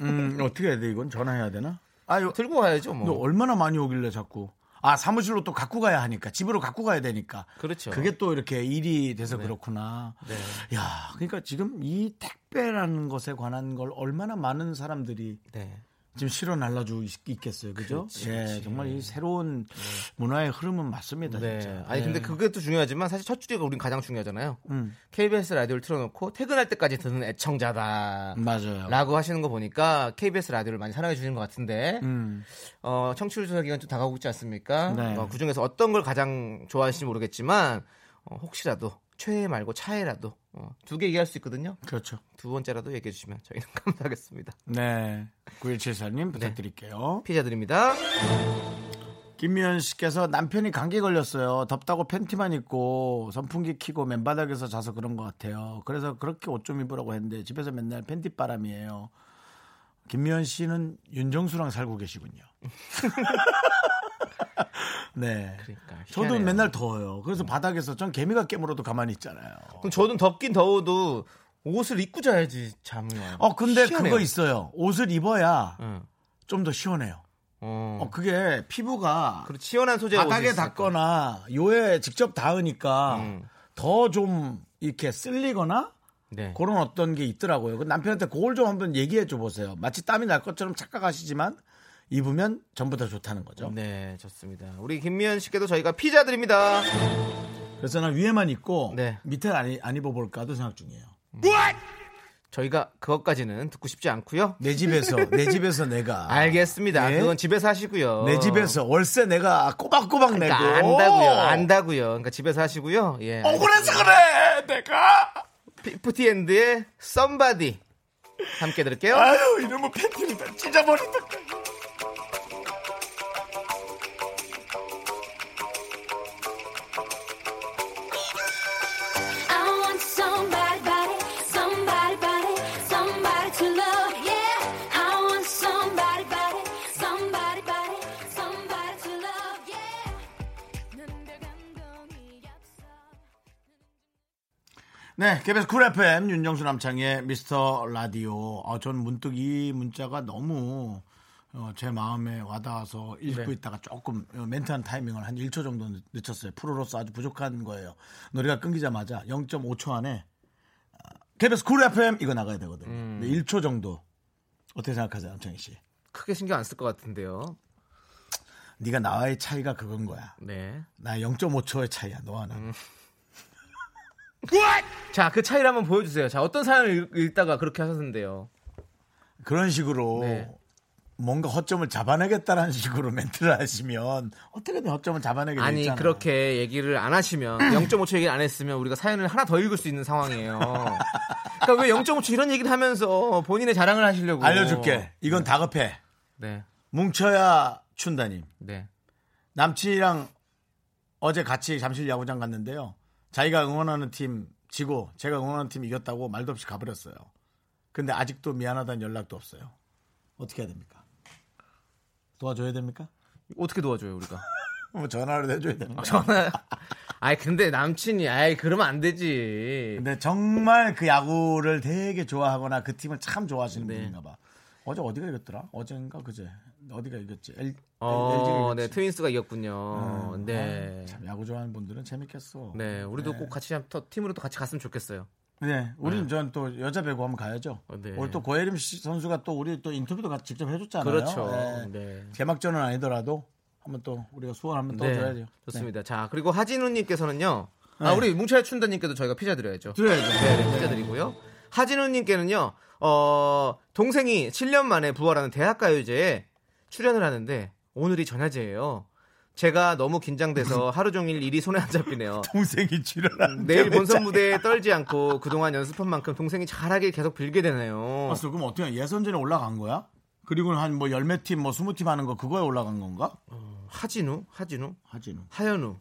Speaker 1: 음, 어떻게 해야 돼 이건 전화해야 되나? 아, 요,
Speaker 2: 들고 가야죠 뭐.
Speaker 1: 너 얼마나 많이 오길래 자꾸? 아 사무실로 또 갖고 가야 하니까 집으로 갖고 가야 되니까.
Speaker 2: 그렇죠. 네.
Speaker 1: 그게 또 이렇게 일이 돼서 그렇구나. 야, 그러니까 지금 이 택배라는 것에 관한 걸 얼마나 많은 사람들이
Speaker 2: 네.
Speaker 1: 지금 실어 날라주고 있- 있겠어요, 그죠? 예, 정말 이 새로운 문화의 흐름은 맞습니다.
Speaker 2: 네.
Speaker 1: 진짜.
Speaker 2: 아니
Speaker 1: 예.
Speaker 2: 근데 그게 또 중요하지만 사실 첫 줄이가 우린 가장 중요하잖아요.
Speaker 1: 음.
Speaker 2: KBS 라디오를 틀어놓고 퇴근할 때까지 듣는 애청자다.
Speaker 1: 맞아요.
Speaker 2: 라고 하시는 거 보니까 KBS 라디오를 많이 사랑해 주시는 것 같은데
Speaker 1: 음.
Speaker 2: 어, 청취율 조사 기간 좀 다가오고 있지 않습니까?
Speaker 1: 네.
Speaker 2: 어, 그 중에서 어떤 걸 가장 좋아하시는지 모르겠지만 어, 혹시라도 최애 말고 차애라도 어, 두 개 얘기할 수 있거든요.
Speaker 1: 그렇죠.
Speaker 2: 두 번째라도 얘기해 주시면 저희는 [LAUGHS] 감사하겠습니다.
Speaker 1: 네. 9174님 부탁드릴게요.
Speaker 2: 피자 드립니다.
Speaker 1: 김미연 씨께서 남편이 감기 걸렸어요. 덥다고 팬티만 입고 선풍기 켜고 맨바닥에서 자서 그런 것 같아요. 그래서 그렇게 옷 좀 입으라고 했는데 집에서 맨날 팬티 바람이에요. 김미연 씨는 윤정수랑 살고 계시군요. [LAUGHS] 네.
Speaker 2: 그러니까
Speaker 1: 저도
Speaker 2: 희한해요. 네.
Speaker 1: 맨날 더워요. 그래서 바닥에서 전 개미가 깨물어도 가만히 있잖아요.
Speaker 2: 그럼 저는 덥긴 더워도 옷을 입고 자야지 잠이 와요.
Speaker 1: 어, 근데
Speaker 2: 희한해요.
Speaker 1: 그거 있어요. 옷을 입어야
Speaker 2: 응.
Speaker 1: 좀 더 시원해요.
Speaker 2: 어.
Speaker 1: 어, 그게 피부가
Speaker 2: 그리고 시원한 소재
Speaker 1: 바닥에 닿거나 요에 직접 닿으니까
Speaker 2: 음.
Speaker 1: 더 좀 이렇게 쓸리거나
Speaker 2: 네.
Speaker 1: 그런 어떤 게 있더라고요. 그 남편한테 그걸 좀 한번 얘기해 줘 보세요. 마치 땀이 날 것처럼 착각하시지만 입으면 전부 다 좋다는 거죠.
Speaker 2: 네, 좋습니다. 우리 김미연 씨께도 저희가 피자 드립니다.
Speaker 1: 그래서 난 위에만 입고
Speaker 2: 네.
Speaker 1: 밑에는 안, 안 입어볼까도 생각 중이에요.
Speaker 2: 저희가 그것까지는 듣고 싶지 않고요.
Speaker 1: 내 집에서 내 집에서 내가
Speaker 2: [LAUGHS] 알겠습니다.
Speaker 1: 네.
Speaker 2: 그건 집에서 하시고요.
Speaker 1: 내 집에서 월세 내가 꼬박꼬박
Speaker 2: 그러니까
Speaker 1: 내고
Speaker 2: 안다고요. 안다고요. 그러니까 집에서 하시고요. 예.
Speaker 1: 억울해서 그래 내가
Speaker 2: 피프티엔드의 썸바디 함께 들을게요.
Speaker 1: 아유 이놈의 팬티를 다 찢어버린다.
Speaker 7: I want somebody, body, somebody, body, somebody to love, yeah. I want somebody, body, somebody, body, somebody to love, yeah. 눈별 감동이 없어.
Speaker 1: 네, KBS 쿨 FM 윤정수 남창의 미스터 라디오. 어, 전 문득 이 문자가 너무 어, 제 마음에 와닿아서 읽고 있다가 조금 어, 멘트한 타이밍을 한 1초 정도 늦- 늦췄어요. 프로로서 아주 부족한 거예요. 노래가 끊기자마자 0.5초 안에 아, KBS 쿨 FM 이거 나가야 되거든요. 근데 1초 정도 어떻게 생각하세요, 남창희 씨?
Speaker 2: 크게 신경 안 쓸 것 같은데요.
Speaker 1: 네가 나와의 차이가 그건 거야.
Speaker 2: 네.
Speaker 1: 나 0.5초의 차이야, 너와 나.
Speaker 2: 자, 그 차이를 한번 보여주세요. 자, 어떤 사연을 읽- 읽다가 그렇게 하셨는데요.
Speaker 1: 그런 식으로
Speaker 2: 네.
Speaker 1: 뭔가 허점을 잡아내겠다라는 식으로 [LAUGHS] 멘트를 하시면 어떻게든 허점을 잡아내게 되잖아요.
Speaker 2: 아니, 그렇게 얘기를 안 하시면,
Speaker 1: [CLEARS THROAT]
Speaker 2: 0.5초 얘기를 안 했으면 우리가 사연을 하나 더 읽을 수 있는 상황이에요. 그러니까 왜 0.5초 이런 얘기를 하면서 본인의 자랑을 하시려고.
Speaker 1: 알려줄게. 이건 다급해.
Speaker 2: 네,
Speaker 1: 뭉쳐야 춘다님.
Speaker 2: 네.
Speaker 1: 남친이랑 어제 같이 잠실 야구장 갔는데요. 자기가 응원하는 팀 지고 제가 응원하는 팀 이겼다고 말도 없이 가버렸어요. 근데 아직도 미안하다는 연락도 없어요. 어떻게 해야 됩니까? 도와줘야 됩니까?
Speaker 2: 어떻게 도와줘요, 우리가? [LAUGHS]
Speaker 1: 뭐 전화를 해줘야 됩니까?
Speaker 2: 전화. 아이, 근데 남친이, 아이, 그러면 안 되지.
Speaker 1: 근데 정말 그 야구를 되게 좋아하거나 그 팀을 참 좋아하시는
Speaker 2: 네.
Speaker 1: 분인가 봐. 어제 어디가 이겼더라? 어젠가 그제 어디가 이겼지? 엘,
Speaker 2: 어,
Speaker 1: LG
Speaker 2: 네,
Speaker 1: 이겼지?
Speaker 2: 트윈스가 이겼군요.
Speaker 1: 음,
Speaker 2: 네.
Speaker 1: 아, 참 야구 좋아하는 분들은 재밌겠어. 네.
Speaker 2: 네, 우리도 꼭 같이 한- 더- 팀으로 또 같이 갔으면 좋겠어요.
Speaker 1: 우리는 전 또 여자 배구 한번 가야죠.
Speaker 2: 네. 어, 네.
Speaker 1: 오늘 또 고혜림 씨 선수가 또 우리 또 인터뷰도 같이 직접 해줬잖아요.
Speaker 2: 그렇죠.
Speaker 1: 네.
Speaker 2: 네.
Speaker 1: 개막전은 아니더라도 한번 또 우리가 소원 한번 더 줘야죠.
Speaker 2: 좋습니다. 자, 그리고 하진우님께서는요. 아,
Speaker 1: 네.
Speaker 2: 우리 뭉쳐야 춘다님께도 저희가 피자 드려야죠.
Speaker 1: 네. 줘야죠.
Speaker 2: 네, 네, 피자 드리고요. 하진우님께는요, 어, 동생이 7년 만에 부활하는 대학가요제에 출연을 하는데, 오늘이 전야제예요. 제가 너무 긴장돼서 하루 종일 일이 손에 안 잡히네요.
Speaker 1: 동생이 출연하는
Speaker 2: 내일 본선 무대에 떨지 않고 그동안 연습한 만큼 동생이 잘하길 계속 빌게 되네요.
Speaker 1: 봤어. 그럼 어떻게 예선전에 올라간 거야? 그리고는 한뭐 열몇 팀, 뭐 스무 팀 하는 거 그거에 올라간 건가?
Speaker 2: 하진우, 하진우,
Speaker 1: 하지는.
Speaker 2: 하현우,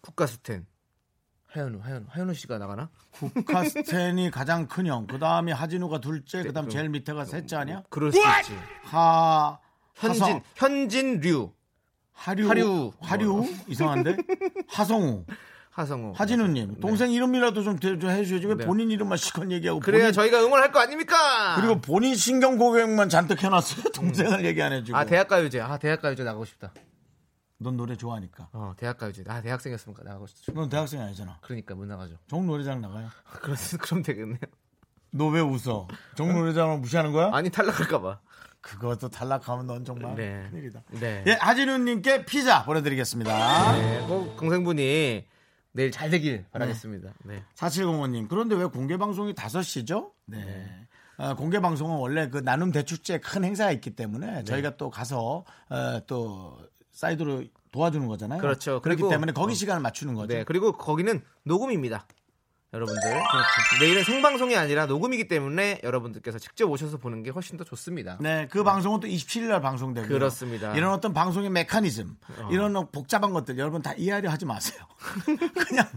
Speaker 2: 국가스텐. 하현우, 하현우, 하현우 씨가 나가나?
Speaker 1: 카스텐이 가장 큰 형, 그 다음에 하진우가 둘째, 그 다음 제일 밑에가 셋째 아니야?
Speaker 2: 네, 그럴 수 있지.
Speaker 1: 하
Speaker 2: 뭐. 현진,
Speaker 1: 하성,
Speaker 2: 현진류,
Speaker 1: 하류,
Speaker 2: 하류. 뭐.
Speaker 1: 하류? 이상한데 하성우,
Speaker 2: 하성우,
Speaker 1: 하진우님 동생 이름이라도 좀, 대- 좀 해주셔야지 왜
Speaker 2: 네.
Speaker 1: 본인 이름만 시컷 얘기하고
Speaker 2: 그래야
Speaker 1: 본인-
Speaker 2: 저희가 응원할 거 아닙니까? 음.
Speaker 1: 그리고 본인 신경 고객만 잔뜩 해놨어요 동생을 얘기 안 해주고
Speaker 2: 아 대학가요제, 아 대학가요제 나가고 싶다.
Speaker 1: 넌 노래 좋아하니까
Speaker 2: 어 대학가요제, 아 대학생이었으면 나가고 싶다.
Speaker 1: 넌 대학생이 아니잖아
Speaker 2: 그러니까 못 나가죠. [LAUGHS]
Speaker 1: 종 노래장 나가요
Speaker 2: 그럼 그럼 되겠네요.
Speaker 1: 너 왜 웃어 종 노래장을 무시하는 거야?
Speaker 2: 아니 탈락할까봐.
Speaker 1: 그것도 탈락하면 넌 정말
Speaker 2: 네.
Speaker 1: 큰일이다
Speaker 2: 네.
Speaker 1: 예, 하진우님께 피자 보내드리겠습니다
Speaker 2: 네, 꼭 동생분이 내일 잘 되길 바라겠습니다. 네.
Speaker 1: 4705님, 그런데 왜 공개방송이 5시죠? 네. 아, 공개방송은 원래 그 나눔 대축제 큰 행사가 있기 때문에
Speaker 2: 네.
Speaker 1: 저희가 또 가서 어, 또 사이드로 도와주는 거잖아요.
Speaker 2: 그렇죠.
Speaker 1: 그렇기
Speaker 2: 그리고-
Speaker 1: 때문에 거기
Speaker 2: 어.
Speaker 1: 시간을 맞추는 거죠.
Speaker 2: 네, 그리고 거기는 녹음입니다. 여러분들. 그렇죠. 내일은 생방송이 아니라 녹음이기 때문에 여러분들께서 직접 오셔서 보는 게 훨씬 더 좋습니다.
Speaker 1: 네, 그 방송은 또 27일 날 방송되고요.
Speaker 2: 그렇습니다. 어.
Speaker 1: 이런 어떤 방송의 메커니즘, 이런 복잡한 것들 여러분 다 이해하려 하지 마세요. [LAUGHS] 그냥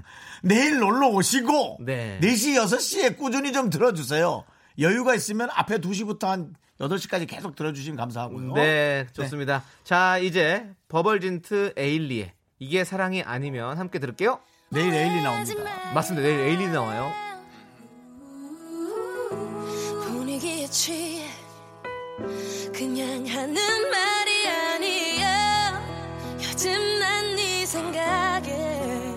Speaker 1: 내일 놀러 오시고
Speaker 2: 네.
Speaker 1: 4시, 6시에 꾸준히 좀 들어주세요. 여유가 있으면 앞에 2시부터 한 8시까지 계속 들어주시면 감사하고요.
Speaker 2: 네, 좋습니다. 자, 이제 버벌진트 에일리의 이게 사랑이 아니면 함께 들을게요.
Speaker 1: 내일 에일리 나옵니다.
Speaker 2: 맞습니다. 내일 에일리 나와요.
Speaker 7: 분위기에 취해 그냥 하는 말이 아니야 요즘 난 네 생각에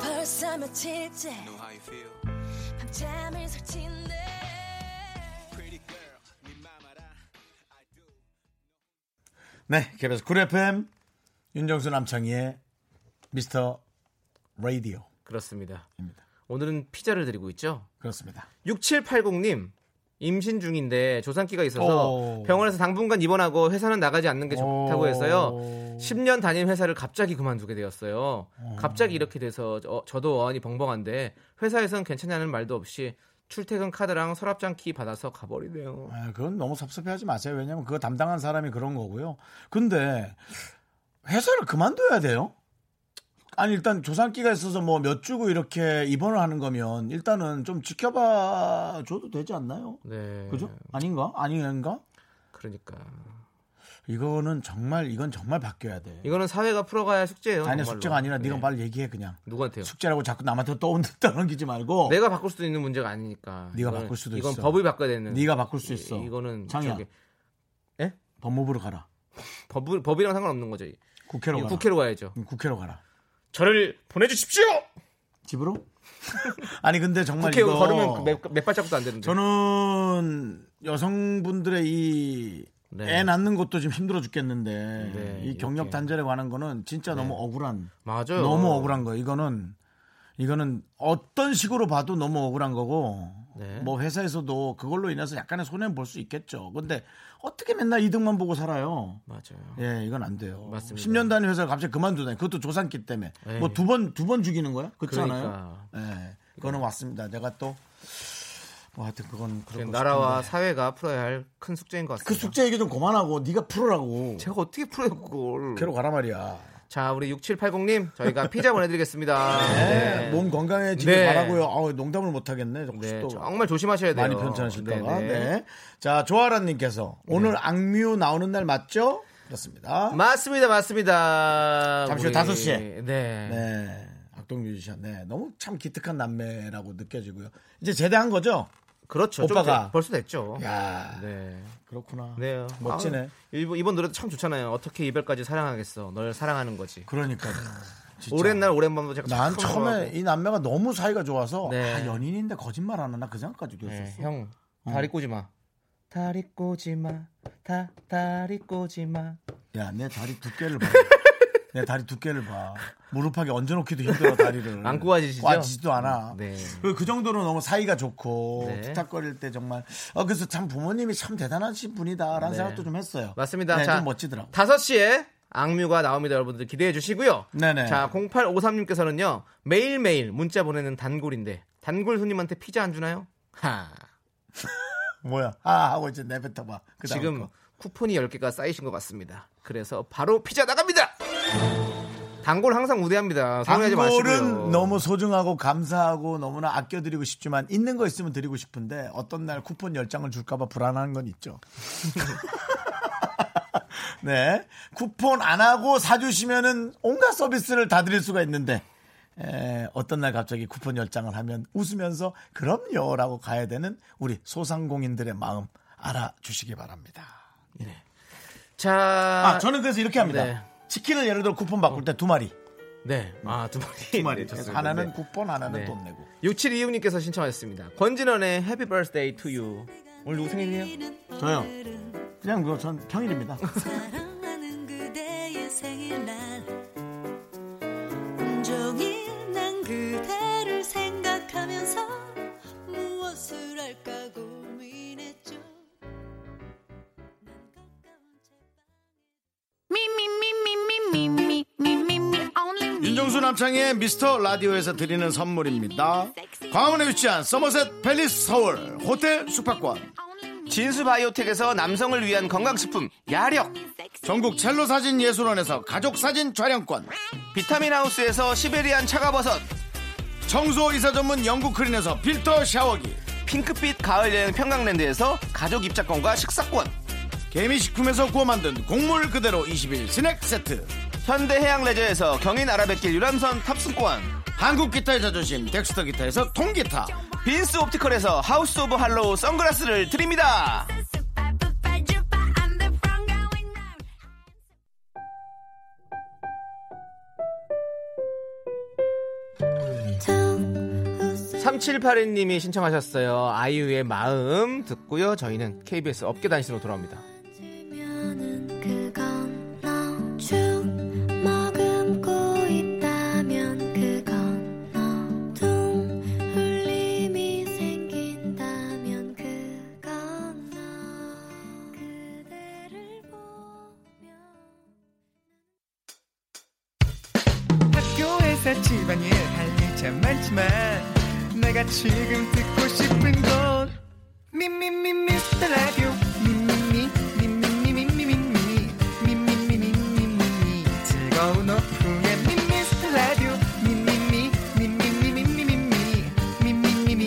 Speaker 7: 벌써 며칠째 밤잠을 설친데
Speaker 1: 네, KBS 쿨 FM 윤정수 남창희의 미스터 라디오
Speaker 2: 그렇습니다.
Speaker 1: 입니다.
Speaker 2: 오늘은 피자를 드리고 있죠.
Speaker 1: 그렇습니다.
Speaker 2: 6780님 임신 중인데 조산기가 있어서
Speaker 1: 오.
Speaker 2: 병원에서 당분간 입원하고 회사는 나가지 않는 게
Speaker 1: 어.
Speaker 2: 좋다고 해서요. 10년 다닌 회사를 갑자기 그만두게 되었어요. 갑자기 이렇게 돼서 저, 저도 어안이 벙벙한데 회사에선 괜찮냐는 말도 없이 출퇴근 카드랑 서랍장 키 받아서 가버리네요.
Speaker 1: 아, 그건 너무 섭섭해하지 마세요. 왜냐하면 그거 담당한 사람이 그런 거고요. 근데 회사를 그만둬야 돼요? 아니 일단 조산기가 있어서 뭐 몇 주고 이렇게 입원을 하는 거면 일단은 좀 지켜봐 줘도 되지 않나요?
Speaker 2: 네.
Speaker 1: 그죠? 아닌가? 아닌가?
Speaker 2: 그러니까
Speaker 1: 이거는 정말 이건 정말 바뀌어야 돼.
Speaker 2: 이거는 사회가 풀어가야 숙제예요.
Speaker 1: 네. 아니야
Speaker 2: 정말로.
Speaker 1: 숙제가 아니라 네가
Speaker 2: 네.
Speaker 1: 빨리 얘기해 그냥.
Speaker 2: 누구한테요?
Speaker 1: 숙제라고 자꾸 남한테 떠넘기지 말고
Speaker 2: 내가 바꿀 수도 있는 문제가 아니니까.
Speaker 1: 네가
Speaker 2: 이건-
Speaker 1: 바꿀 수도
Speaker 2: 이건
Speaker 1: 있어.
Speaker 2: 법을 바꿔야 되는.
Speaker 1: 네가 바꿀 수
Speaker 2: 이-
Speaker 1: 있어.
Speaker 2: 이거는
Speaker 1: 장이야.
Speaker 2: 저기
Speaker 1: 법무부로 가라.
Speaker 2: 법 법이랑 상관없는 거죠.
Speaker 1: 국회로
Speaker 2: 이거
Speaker 1: 가라.
Speaker 2: 국회로 가야죠.
Speaker 1: 응, 국회로 가라.
Speaker 2: 저를 보내주십시오.
Speaker 1: 집으로? [LAUGHS] 아니 근데 정말
Speaker 2: 국회
Speaker 1: 이거
Speaker 2: 걸으면 그 몇, 몇 발짝도 안 되는데.
Speaker 1: 저는 여성분들의 이
Speaker 2: 네.
Speaker 1: 애 낳는 것도 지금 힘들어 죽겠는데
Speaker 2: 네,
Speaker 1: 이 경력
Speaker 2: 이렇게. 네.
Speaker 1: 단절에 관한 거는 진짜 너무 억울한
Speaker 2: 맞아요.
Speaker 1: 너무 억울한 거예요. 이거는 이거는 어떤 식으로 봐도 너무 억울한 거고
Speaker 2: 네.
Speaker 1: 뭐 회사에서도 그걸로 인해서 약간의 손해 볼 수 있겠죠. 근데 어떻게 맨날 이득만 보고 살아요?
Speaker 2: 맞아요.
Speaker 1: 예, 이건 안 돼요.
Speaker 2: 맞습니다.
Speaker 1: 10년 단위 회사를 갑자기 그만두다니. 그것도 조산기 때문에.
Speaker 2: 네.
Speaker 1: 뭐 두 번 두 번 죽이는 거야? 그렇잖아요.
Speaker 2: 그러니까.
Speaker 1: 예. 그거는 왔습니다. 내가 또 뭐, 하여튼 그건 그렇고
Speaker 2: 지금 나라와
Speaker 1: 싶은데.
Speaker 2: 사회가 풀어야 할 큰 숙제인 것 같습니다.
Speaker 1: 그 숙제 얘기 좀 그만하고 네가 풀으라고.
Speaker 2: 제가 어떻게 풀어요 그걸?
Speaker 1: 괴로 가라 말이야.
Speaker 2: 자 우리 6780님 저희가 피자 보내드리겠습니다.
Speaker 1: [LAUGHS]
Speaker 2: 네.
Speaker 1: 몸 건강해지길
Speaker 2: 네.
Speaker 1: 바라고요. 아우, 농담을 못 하겠네. 혹시
Speaker 2: 네,
Speaker 1: 또
Speaker 2: 정말 조심하셔야 돼요.
Speaker 1: 많이 편찮으실까봐.
Speaker 2: 네,
Speaker 1: 네.
Speaker 2: 네.
Speaker 1: 자, 조아라님께서 오늘 악뮤 나오는 날 맞죠? 그렇습니다.
Speaker 2: 맞습니다, 맞습니다.
Speaker 1: 잠시 후
Speaker 2: 우리-
Speaker 1: 다섯 시에.
Speaker 2: 네.
Speaker 1: 네. 악동 뮤지션. 네. 너무 참 기특한 남매라고 느껴지고요. 이제 제대한 거죠?
Speaker 2: 그렇죠. 좀
Speaker 1: 오빠가.
Speaker 2: 되- 벌써 됐죠.
Speaker 1: 야
Speaker 2: 네.
Speaker 1: 그렇구나.
Speaker 2: 네.
Speaker 1: 멋지네.
Speaker 2: 아, 일본, 이번 노래도 참 좋잖아요. 어떻게 이별까지 사랑하겠어. 널 사랑하는 거지.
Speaker 1: 그러니까.
Speaker 2: 아, 오랜 날 오랜 밤도 제가
Speaker 1: 난
Speaker 2: 참
Speaker 1: 처음에
Speaker 2: 좋아하고.
Speaker 1: 이 남매가 너무 사이가 좋아서
Speaker 2: 네.
Speaker 1: 아, 연인인데 거짓말 안 하나 그 생각까지
Speaker 2: 네,
Speaker 1: 들었었어.
Speaker 2: 형 다리 꼬지 마. 다리 꼬지 마. 다 다리 꼬지 마.
Speaker 1: 야, 내 다리 두께를 봐. 내 다리 두께를 봐. 무릎하게 얹어놓기도 힘들어 다리를.
Speaker 2: 안 꼬아지시죠?
Speaker 1: 꼬아지지도 않아.
Speaker 2: 네.
Speaker 1: 그, 그 정도로 너무 사이가 좋고
Speaker 2: 네.
Speaker 1: 부탁거릴 때 정말 어, 그래서 참 부모님이 참 대단하신 분이다라는
Speaker 2: 네.
Speaker 1: 생각도 좀 했어요.
Speaker 2: 맞습니다.
Speaker 1: 네,
Speaker 2: 자,
Speaker 1: 좀
Speaker 2: [LAUGHS]
Speaker 1: 멋지더라고.
Speaker 2: 5시에 악뮤가 나옵니다. 여러분들 기대해 주시고요.
Speaker 1: 네네.
Speaker 2: 자, 0853님께서는요. 매일매일 문자 보내는 단골인데 단골 손님한테 피자 안 주나요? 하.
Speaker 1: 뭐야? 아 하고 이제 내뱉어봐. 그 다음
Speaker 2: 지금
Speaker 1: 거.
Speaker 2: 쿠폰이 10개가 쌓이신 것 같습니다. 그래서 바로 피자 나갑니다. 단골 항상 우대합니다. 서운해하지 마시고요.
Speaker 1: 단골은 너무 소중하고 감사하고 너무나 아껴드리고 싶지만 있는 거 있으면 드리고 싶은데 어떤 날 쿠폰 10장을 줄까봐 불안한 건 있죠. [LAUGHS] 네. 쿠폰 안 하고 사주시면은 온갖 서비스를 다 드릴 수가 있는데 에, 어떤 날 갑자기 쿠폰 10장을 하면 웃으면서 그럼요 라고 가야 되는 우리 소상공인들의 마음 알아주시기 바랍니다.
Speaker 2: 네. 자,
Speaker 1: 아, 저는 그래서 이렇게 합니다.
Speaker 2: 네.
Speaker 1: 치킨을 예를 들어 쿠폰 바꿀 때 두 마리.
Speaker 2: 네. 아, 두 마리.
Speaker 1: 두 마리.
Speaker 2: 네,
Speaker 1: 그래서
Speaker 2: 좋습니다.
Speaker 1: 하나는
Speaker 2: 네.
Speaker 1: 쿠폰, 하나는
Speaker 2: 네.
Speaker 1: 돈 내고.
Speaker 2: 6726님께서 신청하셨습니다. 권진원의 해피 버스데이 투 유. 오늘 누구 생일이에요?
Speaker 1: 저요. 그냥 그거 전 평일입니다.
Speaker 7: 사랑하는 그대의 생일날 온종일 난 그대를 생각하면서 무엇을 할까 고민했죠 난 가까운 제
Speaker 1: [LAUGHS] 윤정수 남창의 미스터 라디오에서 드리는 선물입니다. 광화문에 위치한 서머셋 팰리스 서울 호텔 숙박권.
Speaker 2: 진수 바이오텍에서 남성을 위한 건강식품 야력.
Speaker 1: 전국 첼로 사진 예술원에서 가족 사진 촬영권.
Speaker 2: 비타민 하우스에서 시베리안 차가버섯.
Speaker 1: 청소 이사 전문 영국 크린에서 필터 샤워기.
Speaker 2: 핑크빛 가을여행 평강랜드에서 가족 입장권과 식사권.
Speaker 1: 개미식품에서 구워 만든 곡물 그대로 20일 스낵 세트.
Speaker 2: 현대해양레저에서 경인아라뱃길 유람선 탑승권
Speaker 1: 한국 기타의 자존심 덱스터 기타에서 통기타.
Speaker 2: 빈스 옵티컬에서 하우스 오브 할로우 선글라스를 드립니다
Speaker 7: 방
Speaker 2: 3782님이 신청하셨어요 아이유의 마음 듣고요 저희는 KBS 업계단신으로 돌아옵니다
Speaker 7: 지면은 그건 너쭉 머금고 있다
Speaker 8: 회사 집안일 할 일 참 많지만 내가 지금 듣고 싶은 건 미미미 미스터 라디오 미미미 미미미 미미미 미미미 미미미 즐거운 오후에 미스터 라디오 미미미 미미미 미미미 미미미 미미미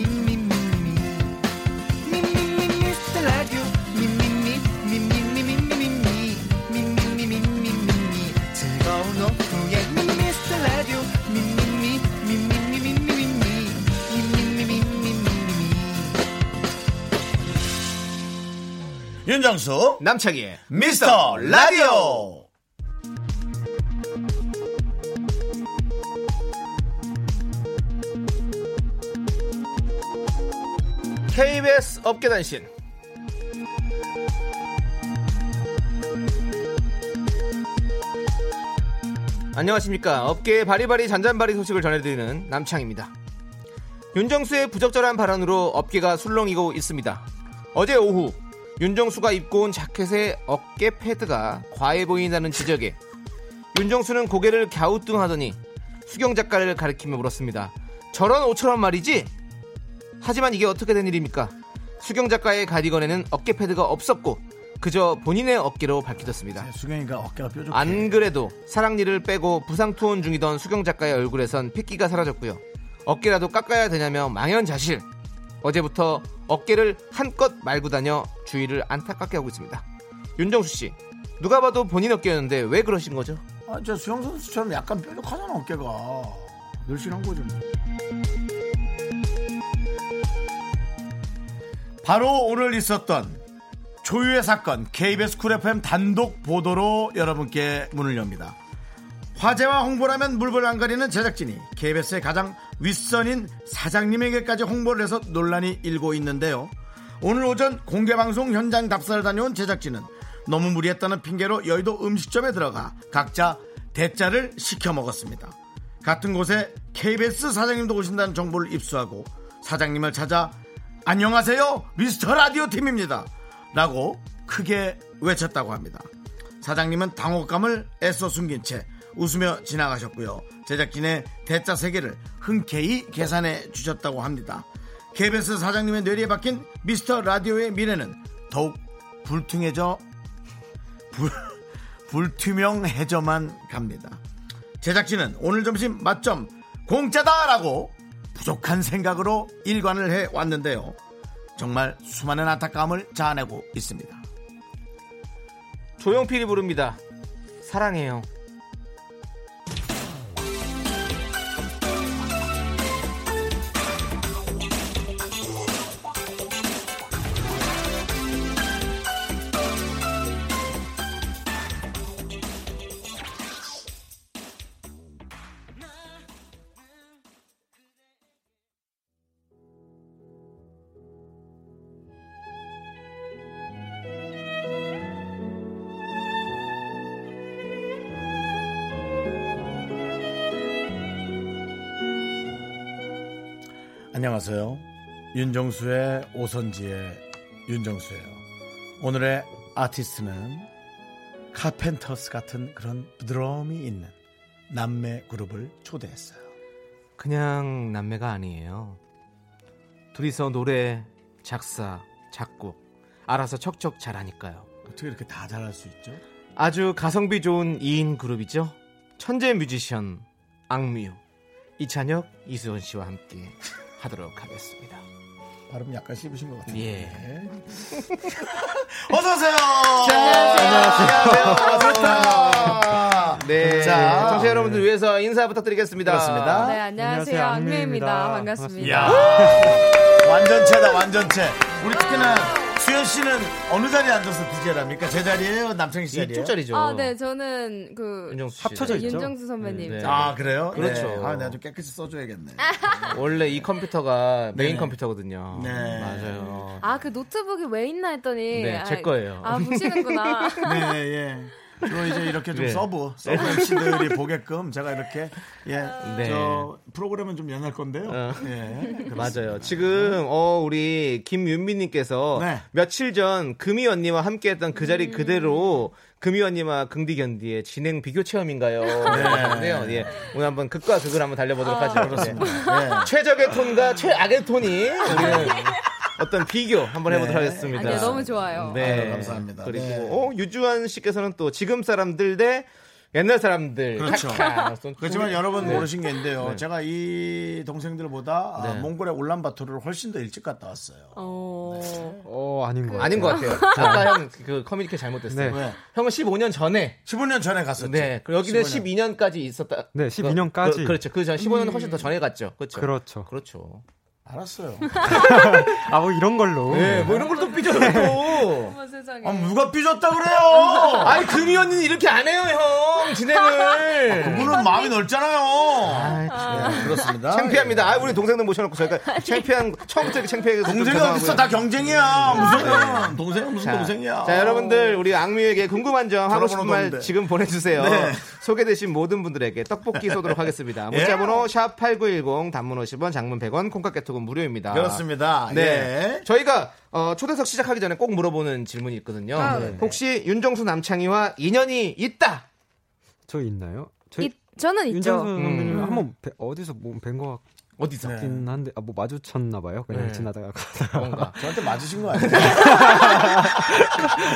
Speaker 9: 윤정수
Speaker 2: 남창희의
Speaker 9: 미스터 라디오
Speaker 2: KBS 업계단신 안녕하십니까 업계의 바리바리 잔잔바리 소식을 전해드리는 남창입니다 윤정수의 부적절한 발언으로 업계가 술렁이고 있습니다 어제 오후 윤정수가 입고 온 자켓의 어깨 패드가 과해 보인다는 지적에 윤정수는 고개를 갸우뚱하더니 수경 작가를 가리키며 물었습니다 저런 옷처럼 말이지 하지만 이게 어떻게 된 일입니까? 수경 작가의 가디건에는 어깨 패드가 없었고 그저 본인의 어깨로 밝혀졌습니다.
Speaker 1: 아, 수경이가 어깨가 뾰족해.
Speaker 2: 안 그래도 사랑니를 빼고 부상 투혼 중이던 수경 작가의 얼굴에선 핏기가 사라졌고요. 어깨라도 깎아야 되냐며 망연자실. 어제부터 어깨를 한껏 말고 다녀 주위를 안타깝게 하고 있습니다. 윤정수 씨, 누가 봐도 본인 어깨였는데 왜 그러신 거죠?
Speaker 1: 아, 저 수영 선수처럼 약간 뾰족하잖아 어깨가. 늘씬한 거죠. 뭐. 바로 오늘 있었던 조유의 사건 KBS 쿨 FM 단독 보도로 여러분께 문을 엽니다. 화제와 홍보라면 물불안거리는 제작진이 KBS의 가장 윗선인 사장님에게까지 홍보를 해서 논란이 일고 있는데요. 오늘 오전 공개방송 현장 답사를 다녀온 제작진은 너무 무리했다는 핑계로 여의도 음식점에 들어가 각자 대짜를 시켜 먹었습니다. 같은 곳에 KBS 사장님도 오신다는 정보를 입수하고 사장님을 찾아 안녕하세요 미스터 라디오 팀입니다 라고 크게 외쳤다고 합니다. 사장님은 당혹감을 애써 숨긴 채 웃으며 지나가셨고요. 제작진의 대자 세개를 흔쾌히 계산해 주셨다고 합니다. KBS 사장님의 뇌리에 박힌 미스터 라디오의 미래는 더욱 불퉁해져 불, 불투명해져만 갑니다. 제작진은 오늘 점심 맛점 공짜다라고 부족한 생각으로 일관을 해 왔는데요. 정말 수많은 안타까움을 자아내고 있습니다.
Speaker 2: 조용필이 부릅니다. 사랑해요.
Speaker 1: 안녕하세요. 윤정수의 오선지의 윤정수예요. 오늘의 아티스트는 카펜터스 같은 그런 부드러움이 있는 남매 그룹을 초대했어요.
Speaker 2: 그냥 남매가 아니에요. 둘이서 노래, 작사, 작곡 알아서 척척 잘하니까요.
Speaker 1: 어떻게 이렇게 다 잘할 수 있죠?
Speaker 2: 아주 가성비 좋은 2인 그룹이죠. 천재 뮤지션 악뮤 이찬혁, 이수원 씨와 함께 하도록 하겠습니다.
Speaker 1: 발음 약간 씹으신 것 같아요.
Speaker 2: 예.
Speaker 1: 어서 오세요. 안녕하세요.
Speaker 2: 네.
Speaker 1: 자,
Speaker 2: 청취자 여러분들 위해서 인사 부탁드리겠습니다.
Speaker 1: 그렇습니다.
Speaker 10: 네, 안녕하세요. 악뮤입니다. 반갑습니다.
Speaker 1: 완전체다 완전체. 우리 특히나 수현 씨는 어느 자리에 앉아서 DJ랍니까? 제 자리예요? 남창희 씨 자리예요?
Speaker 2: 이쪽 자리죠.
Speaker 10: 아, 네, 저는 그
Speaker 2: 윤정수 씨.
Speaker 10: 합쳐져 있죠? 윤정수 선배님.
Speaker 2: 네.
Speaker 1: 아 그래요?
Speaker 2: 그렇죠.
Speaker 1: 네. 아 내가 좀 깨끗이 써줘야겠네.
Speaker 2: 원래 이 컴퓨터가 메인
Speaker 1: 네네.
Speaker 2: 컴퓨터거든요.
Speaker 1: 네.
Speaker 2: 맞아요.
Speaker 10: 아, 그 노트북이 왜 있나 했더니.
Speaker 2: 네, 제
Speaker 10: 아,
Speaker 2: 거예요.
Speaker 10: [LAUGHS] 아, 보시는구나.
Speaker 1: 네, 예. 저 이제 이렇게 좀
Speaker 2: 네.
Speaker 1: 서브
Speaker 2: 네.
Speaker 1: 서브 MC들이 보게끔 제가 이렇게 예
Speaker 2: 네.
Speaker 1: 저 프로그램은 좀 연할 건데요.
Speaker 2: 어.
Speaker 1: 예.
Speaker 2: 맞아요. 지금 어 우리 김윤미님께서
Speaker 1: 네.
Speaker 2: 며칠 전 금희 언니와 함께했던 그
Speaker 7: 음.
Speaker 2: 자리 그대로 금희 언니와 긍디 견디의 진행 비교 체험인가요? 하는데요. 예. 오늘 한번 극과 극을 한번 달려보도록
Speaker 7: 아,
Speaker 2: 하죠.
Speaker 1: 네. 그렇습니다.
Speaker 2: 네. 최적의 톤과 최악의 톤이 우리는 어떤 비교 한번 해보도록 하겠습니다.
Speaker 7: 네. 아니요, 너무 좋아요.
Speaker 2: 네.
Speaker 1: 네. 아유, 감사합니다.
Speaker 2: 그리고
Speaker 1: 네.
Speaker 2: 어, 유주환 씨께서는 또 지금 사람들 대 옛날 사람들.
Speaker 1: 그렇죠.
Speaker 2: 카카.
Speaker 1: 그렇지만 여러분
Speaker 2: 네.
Speaker 1: 모르신 게 있는데요.
Speaker 2: 네.
Speaker 1: 제가 이 동생들보다 아,
Speaker 2: 네.
Speaker 1: 몽골의 울란바토르를 훨씬 더 일찍 갔다 왔어요.
Speaker 7: 어.
Speaker 11: 어, 아닌 거
Speaker 2: 아닌 것 같아요. 아까 형 그 커뮤니케이션 잘못됐어요.
Speaker 11: 네.
Speaker 1: 왜?
Speaker 2: 형은 15년 전에
Speaker 1: 15년 전에 갔었죠.
Speaker 2: 네, 그리고 여기는
Speaker 1: 15 년.
Speaker 2: 12년. 까지 있었다.
Speaker 11: 네, 12년 까지.
Speaker 2: 그, 렇죠 그전 15년 훨씬 더 전에 갔죠. 그렇죠.
Speaker 11: 그렇죠.
Speaker 2: 그렇죠.
Speaker 1: 알았어요.
Speaker 11: 아, 뭐 이런 걸로.
Speaker 2: 네, 뭐 이런 걸 또 삐져요 또.
Speaker 7: 어머 세상에.
Speaker 1: 아, 누가 삐졌다 그래요?
Speaker 2: 어, 아니 금이 언니는 이렇게 안 해요, 형 진행을.
Speaker 1: 그분은 마음이 넓잖아요. 네, 그렇습니다.
Speaker 2: 창피합니다. 아, 우리 동생들 모셔놓고 저희가 창피한 처음부터 이렇게 창피해서 좀
Speaker 1: 동생이
Speaker 2: 죄송하고요.
Speaker 1: 어딨어? 다 경쟁이야. 무슨 동생은 무슨
Speaker 2: 네. 자,
Speaker 1: 동생이야.
Speaker 2: 자, 여러분들, 우리 악뮤에게 궁금한 점 하고 싶은
Speaker 1: 어. 전화번호도
Speaker 2: 말
Speaker 1: 없는데.
Speaker 2: 지금 보내주세요.
Speaker 1: 네.
Speaker 2: 소개되신 모든 분들에게 떡볶이 쏘도록 하겠습니다.
Speaker 1: [LAUGHS] 예.
Speaker 2: 문자번호 샵8910 단문 50원, 장문 100원, 콩깍개톡은 무료입니다.
Speaker 1: 그렇습니다.
Speaker 2: 아. 네.
Speaker 1: 예.
Speaker 2: 저희가 어, 초대석 시작하기 전에 꼭 물어보는 질문이 있거든요.
Speaker 7: 아,
Speaker 2: 혹시 윤정수 남창희와 인연이 있다?
Speaker 11: 저 있나요? 저
Speaker 7: 이, 저는
Speaker 11: 윤정수
Speaker 2: 음.
Speaker 7: 있죠.
Speaker 11: 선배님 한번 뵈- 어디서 뭐뵌것
Speaker 2: 어디서?
Speaker 1: 네.
Speaker 11: 같긴 한데 아, 뭐 마주쳤나 봐요. 그냥
Speaker 2: 네.
Speaker 11: 지나다가 [LAUGHS]
Speaker 2: 뭔가.
Speaker 1: [LAUGHS] 저한테 맞으신 거 아니에요?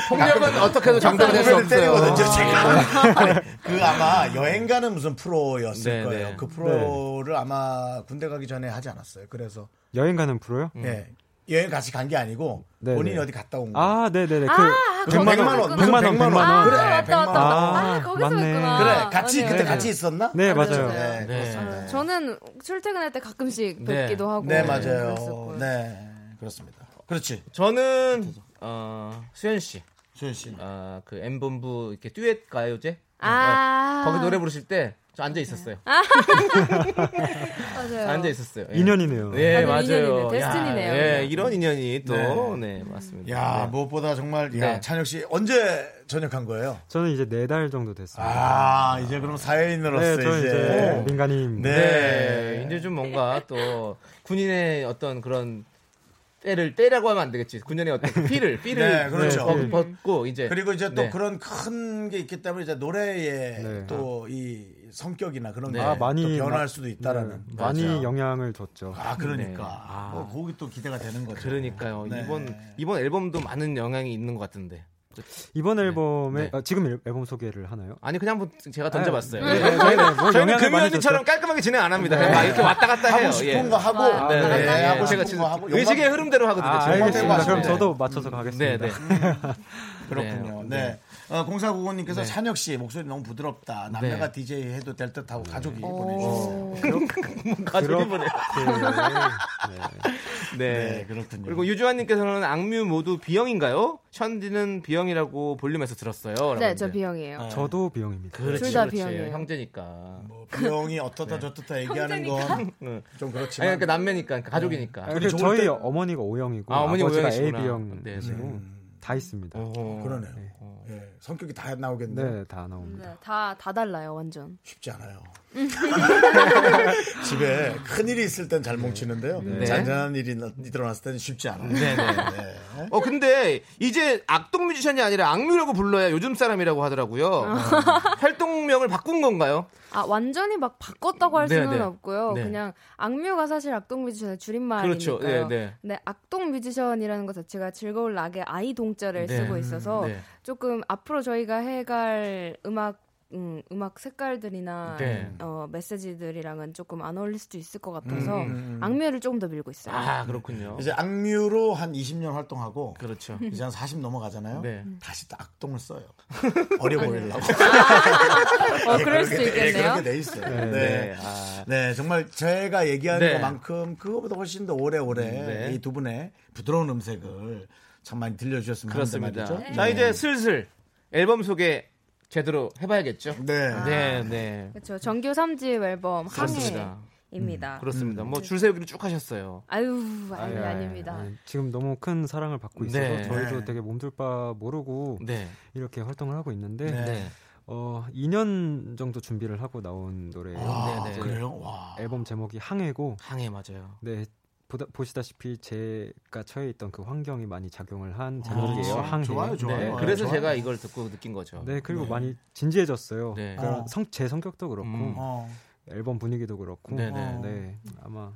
Speaker 2: 폭력은 어떻게 해도 아, 정당될 수
Speaker 1: 후배를
Speaker 2: 없어요.
Speaker 1: 때리거든요, 제가. [LAUGHS] 아니, 그 아마 여행 가는 무슨 프로였을
Speaker 2: 네,
Speaker 1: 거예요.
Speaker 2: 네.
Speaker 1: 그 프로를 아마 군대 가기 전에 하지 않았어요. 그래서
Speaker 11: 여행 가는 프로요?
Speaker 2: 음.
Speaker 1: 예. 여행 같이 간 게 아니고
Speaker 11: 네,
Speaker 1: 본인이
Speaker 11: 네.
Speaker 1: 어디 갔다 온 거예요.
Speaker 11: 아, 네, 네, 네. 그
Speaker 7: 아,
Speaker 1: 그 백만 원,
Speaker 7: 거기서
Speaker 1: 무슨
Speaker 11: 백만 원,
Speaker 1: 백만
Speaker 11: 백만
Speaker 7: 아,
Speaker 11: 원.
Speaker 1: 그래,
Speaker 7: 왔다
Speaker 1: 백만
Speaker 7: 왔다 왔다.
Speaker 11: 원.
Speaker 7: 아, 거기서
Speaker 11: 맞네.
Speaker 7: 있구나. 어,
Speaker 1: 그래, 같이
Speaker 7: 맞네요.
Speaker 1: 그때 같이 있었나?
Speaker 11: 네, 맞아요.
Speaker 1: 네,
Speaker 7: 맞아요.
Speaker 1: 그렇습니다.
Speaker 7: 어, 저는 출퇴근할 때 가끔씩
Speaker 2: 네.
Speaker 7: 뵙기도 하고.
Speaker 1: 네, 맞아요.
Speaker 7: 그랬었고요.
Speaker 1: 네, 그렇습니다. 그렇지.
Speaker 2: 저는 어, 수현 씨,
Speaker 1: 수현 씨.
Speaker 2: 어, 그 M 본부 이렇게 듀엣 가요제
Speaker 7: 아.
Speaker 2: 거기 노래 부르실 때 저 앉아 있었어요.
Speaker 7: 맞아요.
Speaker 2: [LAUGHS] 앉아 있었어요. 예.
Speaker 11: 인연이네요.
Speaker 2: 예,
Speaker 7: 맞아요,
Speaker 2: 맞아요.
Speaker 7: 인연이네. 데스티니네요.
Speaker 2: 야, 예, 이런 인연이 또 네,
Speaker 1: 네.
Speaker 2: 맞습니다.
Speaker 1: 야,
Speaker 2: 네.
Speaker 1: 무엇보다 정말 야,
Speaker 2: 네.
Speaker 1: 찬혁 씨 언제 전역한 거예요?
Speaker 11: 저는 이제 네 달 정도 됐어요.
Speaker 1: 아, 이제 그럼
Speaker 11: 네,
Speaker 1: 사회인으로서
Speaker 11: 저 이제
Speaker 1: 이제
Speaker 11: 민간인입니다.
Speaker 2: 네. 이제 좀 뭔가 또 군인의 어떤 그런 때를 때라고 하면 안 되겠지. 군인의 어떤 그 피를
Speaker 1: [LAUGHS]
Speaker 2: 피를
Speaker 1: 네, 그렇죠.
Speaker 2: 벗-
Speaker 11: 음.
Speaker 2: 벗고 이제
Speaker 1: 그리고 이제 또
Speaker 2: 네.
Speaker 1: 그런 큰 게 있기 때문에 이제 노래의
Speaker 11: 네.
Speaker 1: 또 이 성격이나 그런
Speaker 2: 네.
Speaker 1: 게
Speaker 2: 아,
Speaker 11: 많이
Speaker 1: 또 변할
Speaker 11: 막-
Speaker 1: 수도 있다라는
Speaker 11: 네, 많이
Speaker 2: 맞아요.
Speaker 11: 영향을 줬죠.
Speaker 1: 아 그러니까
Speaker 2: 네.
Speaker 1: 아, 거기 또 기대가 되는 거죠.
Speaker 2: 그러니까요.
Speaker 1: 네.
Speaker 2: 이번 이번 앨범도 많은 영향이 있는 것 같은데.
Speaker 11: 이번 앨범에
Speaker 2: 네.
Speaker 11: 아, 지금 앨- 앨범 소개를 하나요?
Speaker 2: 아니 그냥 한번 제가 던져봤어요. 예.
Speaker 11: 네, 네, 네, 네. 뭐
Speaker 2: 저희는
Speaker 11: 영향을
Speaker 2: 금이
Speaker 11: 많이 네.
Speaker 2: 언니처럼 깔끔하게 진행 안 합니다. 막 이렇게 왔다 갔다 해요.
Speaker 1: 하고 싶은 거 하고
Speaker 7: 아,
Speaker 2: 네,
Speaker 1: 예. 네,
Speaker 2: 네, 네.
Speaker 1: 하고 싶은 거
Speaker 2: 제가 진짜
Speaker 1: 하고
Speaker 2: 의식의
Speaker 1: 욕망-
Speaker 2: 흐름대로 하거든요.
Speaker 11: 아,
Speaker 2: 지금.
Speaker 11: 알겠습니다.
Speaker 1: 맞아요.
Speaker 11: 그럼
Speaker 2: 네.
Speaker 11: 저도 맞춰서 가겠습니다.
Speaker 2: 네, 네.
Speaker 1: 그렇군요.
Speaker 2: 네.
Speaker 1: 네. 어, 공사구호님께서
Speaker 2: 네.
Speaker 1: 찬혁 씨 목소리 너무 부드럽다. 남녀가 DJ 해도 될 듯하고
Speaker 2: 네.
Speaker 1: 가족이 보내주셨어요.
Speaker 7: 오.
Speaker 2: 가족이 아, 보내.
Speaker 1: 네,
Speaker 2: 네.
Speaker 1: 그렇군요.
Speaker 2: 그리고 유주환님께서는 악뮤 모두 비형인가요? 션디는 비형이라고 볼륨에서 들었어요. 라고
Speaker 7: 네, 저
Speaker 2: 했는데.
Speaker 7: B형이에요.
Speaker 11: 저도 비영입니다.
Speaker 2: 그렇지,
Speaker 7: 둘다
Speaker 2: 그렇지.
Speaker 7: B형이에요.
Speaker 2: 형제니까.
Speaker 1: 뭐 비용이
Speaker 2: 네.
Speaker 1: 어떻다 저렇다 얘기하는 건 좀
Speaker 2: 응. 아니,
Speaker 1: 그렇지만
Speaker 2: 그러니까 남매니까, 그러니까 가족이니까.
Speaker 11: 아, 근데
Speaker 1: 좋을
Speaker 11: 저희
Speaker 1: 때-
Speaker 11: 어머니가 O형이고
Speaker 2: 아,
Speaker 11: 아,
Speaker 2: 어머니가
Speaker 11: 버지가
Speaker 2: O형이시구나.
Speaker 11: AB형이고 음.
Speaker 2: 네, 네.
Speaker 11: 다 있습니다.
Speaker 2: 어허.
Speaker 1: 그러네요. 예, 성격이 다 나오겠네요.
Speaker 11: 네, 다 나옵니다.
Speaker 7: 네, 다, 다 달라요, 완전.
Speaker 1: 쉽지 않아요. [LAUGHS] 집에 큰 일이 있을 땐 잘 뭉치는데요.
Speaker 2: 네.
Speaker 1: 잔잔한 일이 나- 일어났을 때는 쉽지 않아요. 네.
Speaker 2: 어 근데 이제 악동 뮤지션이 아니라 악뮤라고 불러야 요즘 사람이라고 하더라고요. 음. 활동명을 바꾼 건가요?
Speaker 7: 아, 완전히 막 바꿨다고 할
Speaker 2: 네,
Speaker 7: 수는
Speaker 2: 네.
Speaker 7: 없고요.
Speaker 2: 네.
Speaker 7: 그냥 악뮤가 사실 악동 뮤지션의 줄임말이니까요.
Speaker 2: 그렇죠. 네, 네.
Speaker 7: 근데 악동 뮤지션이라는 것 자체가 즐거울 낙의 아이 동자를
Speaker 2: 네.
Speaker 7: 쓰고 있어서
Speaker 2: 네.
Speaker 7: 조금 앞으로 저희가 해갈 음악 음, 음악 색깔들이나
Speaker 2: 네.
Speaker 7: 어, 메시지들이랑은 조금 안 어울릴 수도 있을 것 같아서 악뮤를 조금 더 밀고 있어요.
Speaker 2: 아 그렇군요.
Speaker 1: 이제 악뮤로 한 20년 활동하고
Speaker 2: 그렇죠.
Speaker 1: 이제 한 40 넘어가잖아요.
Speaker 2: 네.
Speaker 1: 다시 또 악동을 써요. 어려 보이려고.
Speaker 7: 어,
Speaker 1: 예,
Speaker 7: 그럴 수
Speaker 1: 그렇게 돼- 예,
Speaker 7: 있겠네요.
Speaker 1: 그렇게 돼 있어요. 네.
Speaker 2: 네.
Speaker 1: 네.
Speaker 2: 아,
Speaker 1: 정말 제가 얘기하는
Speaker 2: 네.
Speaker 1: 것만큼 그거보다 훨씬 더 오래오래
Speaker 2: 네.
Speaker 1: 이 두 분의 부드러운 음색을 참 많이 들려주셨으면
Speaker 2: 그렇습니다.
Speaker 1: 하는데 말이죠. 네.
Speaker 2: 자 이제 슬슬 앨범 소개 제대로 해봐야겠죠.
Speaker 1: 네.
Speaker 2: 네, 네.
Speaker 7: 그렇죠. 정규 3집 앨범 항해
Speaker 2: 그렇습니다.
Speaker 4: 입니다.
Speaker 2: 그렇습니다. 뭐 줄 세우기를 쭉 하셨어요.
Speaker 4: 아유, 음,
Speaker 11: 아유,
Speaker 4: 아니,
Speaker 11: 예, 아유,
Speaker 4: 아닙니다.
Speaker 11: 아유, 지금 너무 큰 사랑을 받고 있어서
Speaker 2: 네.
Speaker 11: 저희도
Speaker 2: 네.
Speaker 11: 되게 몸둘 바 모르고
Speaker 2: 네.
Speaker 11: 이렇게 활동을 하고 있는데
Speaker 2: 네.
Speaker 11: 어 2년 정도 준비를 하고 나온 노래예요.
Speaker 2: 와,
Speaker 11: 이제
Speaker 2: 그래요?
Speaker 11: 앨범 제목이 항해고
Speaker 2: 항해 네, 맞아요.
Speaker 11: 네. 보다, 보시다시피 제가 처해 있던 그 환경이 많이 작용을 한
Speaker 2: 그렇죠.
Speaker 11: 제목이에요. 항해.
Speaker 2: 좋아요, 좋아요. 네, 그래서 제가 이걸 듣고 느낀 거죠.
Speaker 11: 네, 그리고
Speaker 2: 네.
Speaker 11: 많이 진지해졌어요.
Speaker 2: 네.
Speaker 11: 그런
Speaker 2: 어.
Speaker 11: 성, 제 성격도 그렇고
Speaker 2: 음. 어.
Speaker 11: 앨범 분위기도 그렇고
Speaker 2: 네네.
Speaker 11: 네, 아마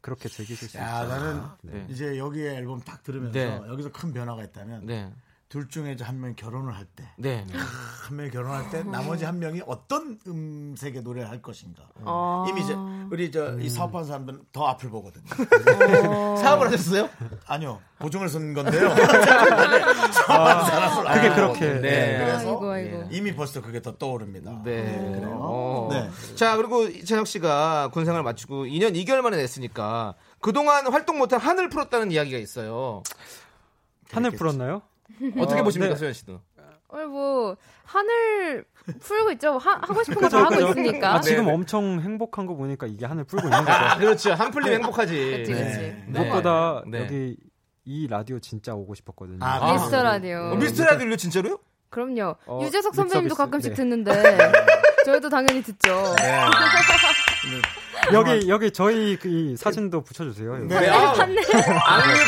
Speaker 11: 그렇게 즐기실 수 있을
Speaker 1: 야, 나는
Speaker 11: 네.
Speaker 1: 이제 여기에 앨범 딱 들으면서
Speaker 11: 네.
Speaker 1: 여기서 큰 변화가 있다면
Speaker 2: 네.
Speaker 1: 둘 중에 이제 한 명이 결혼을 할 때,
Speaker 2: 네.
Speaker 1: 한 명이 결혼할
Speaker 2: 아.
Speaker 1: 때 나머지 한 명이 어떤 음색의 노래를 할 것인가.
Speaker 7: 어,
Speaker 2: 아.
Speaker 1: 이미 이제 우리 저 이 사업하는 사람들은 더 앞을 보거든요.
Speaker 2: 음. [LAUGHS] 사업을 하셨어요?
Speaker 1: 아니요, 보증을 쓴 건데요.
Speaker 2: [LAUGHS] 아,
Speaker 1: 사업하는 사람을
Speaker 2: 그게
Speaker 1: 알고
Speaker 2: 그렇게.
Speaker 1: 보거든요.
Speaker 2: 네.
Speaker 1: 예. 그래서
Speaker 2: 아이고, 아이고.
Speaker 1: 이미 벌써 그게 더 떠오릅니다.
Speaker 2: 네.
Speaker 1: 그래요.
Speaker 2: 어.
Speaker 1: 네.
Speaker 2: 자, 그리고 이찬혁 씨가 군생활 마치고 2년 2개월 만에 냈으니까 그동안 활동 못한 한을 풀었다는 이야기가 있어요.
Speaker 11: 한을 풀었나요?
Speaker 2: 어떻게
Speaker 11: 어,
Speaker 2: 보십니까,
Speaker 11: 네.
Speaker 2: 소연 씨도?
Speaker 4: 오늘 뭐 하늘 풀고 있죠. 뭐, 하, 하고 싶은 거 다 하고 있으니까.
Speaker 2: 네,
Speaker 11: 아, 지금 엄청 행복한 거 보니까 이게 한을 풀고 있는 거죠.
Speaker 2: 아, 그렇죠. 한
Speaker 4: 네.
Speaker 2: 풀리면 행복하지. 그치, 그치. [LAUGHS] 네.
Speaker 11: 무엇보다
Speaker 2: 네.
Speaker 11: 여기 이 라디오 진짜 오고 싶었거든요. 네.
Speaker 2: 아,
Speaker 4: 미스터 그래요? 라디오. 어, 미스터
Speaker 2: 라디오요, 진짜로요?
Speaker 4: 그럼요.
Speaker 11: 어,
Speaker 4: 유재석
Speaker 11: 립 서비스.
Speaker 4: 선배님도 가끔씩
Speaker 11: 네.
Speaker 4: 듣는데 저희도 당연히 듣죠.
Speaker 11: 여기 여기 저희 그이 사진도 붙여주세요. 여기.
Speaker 2: 네, 아우, 악뮤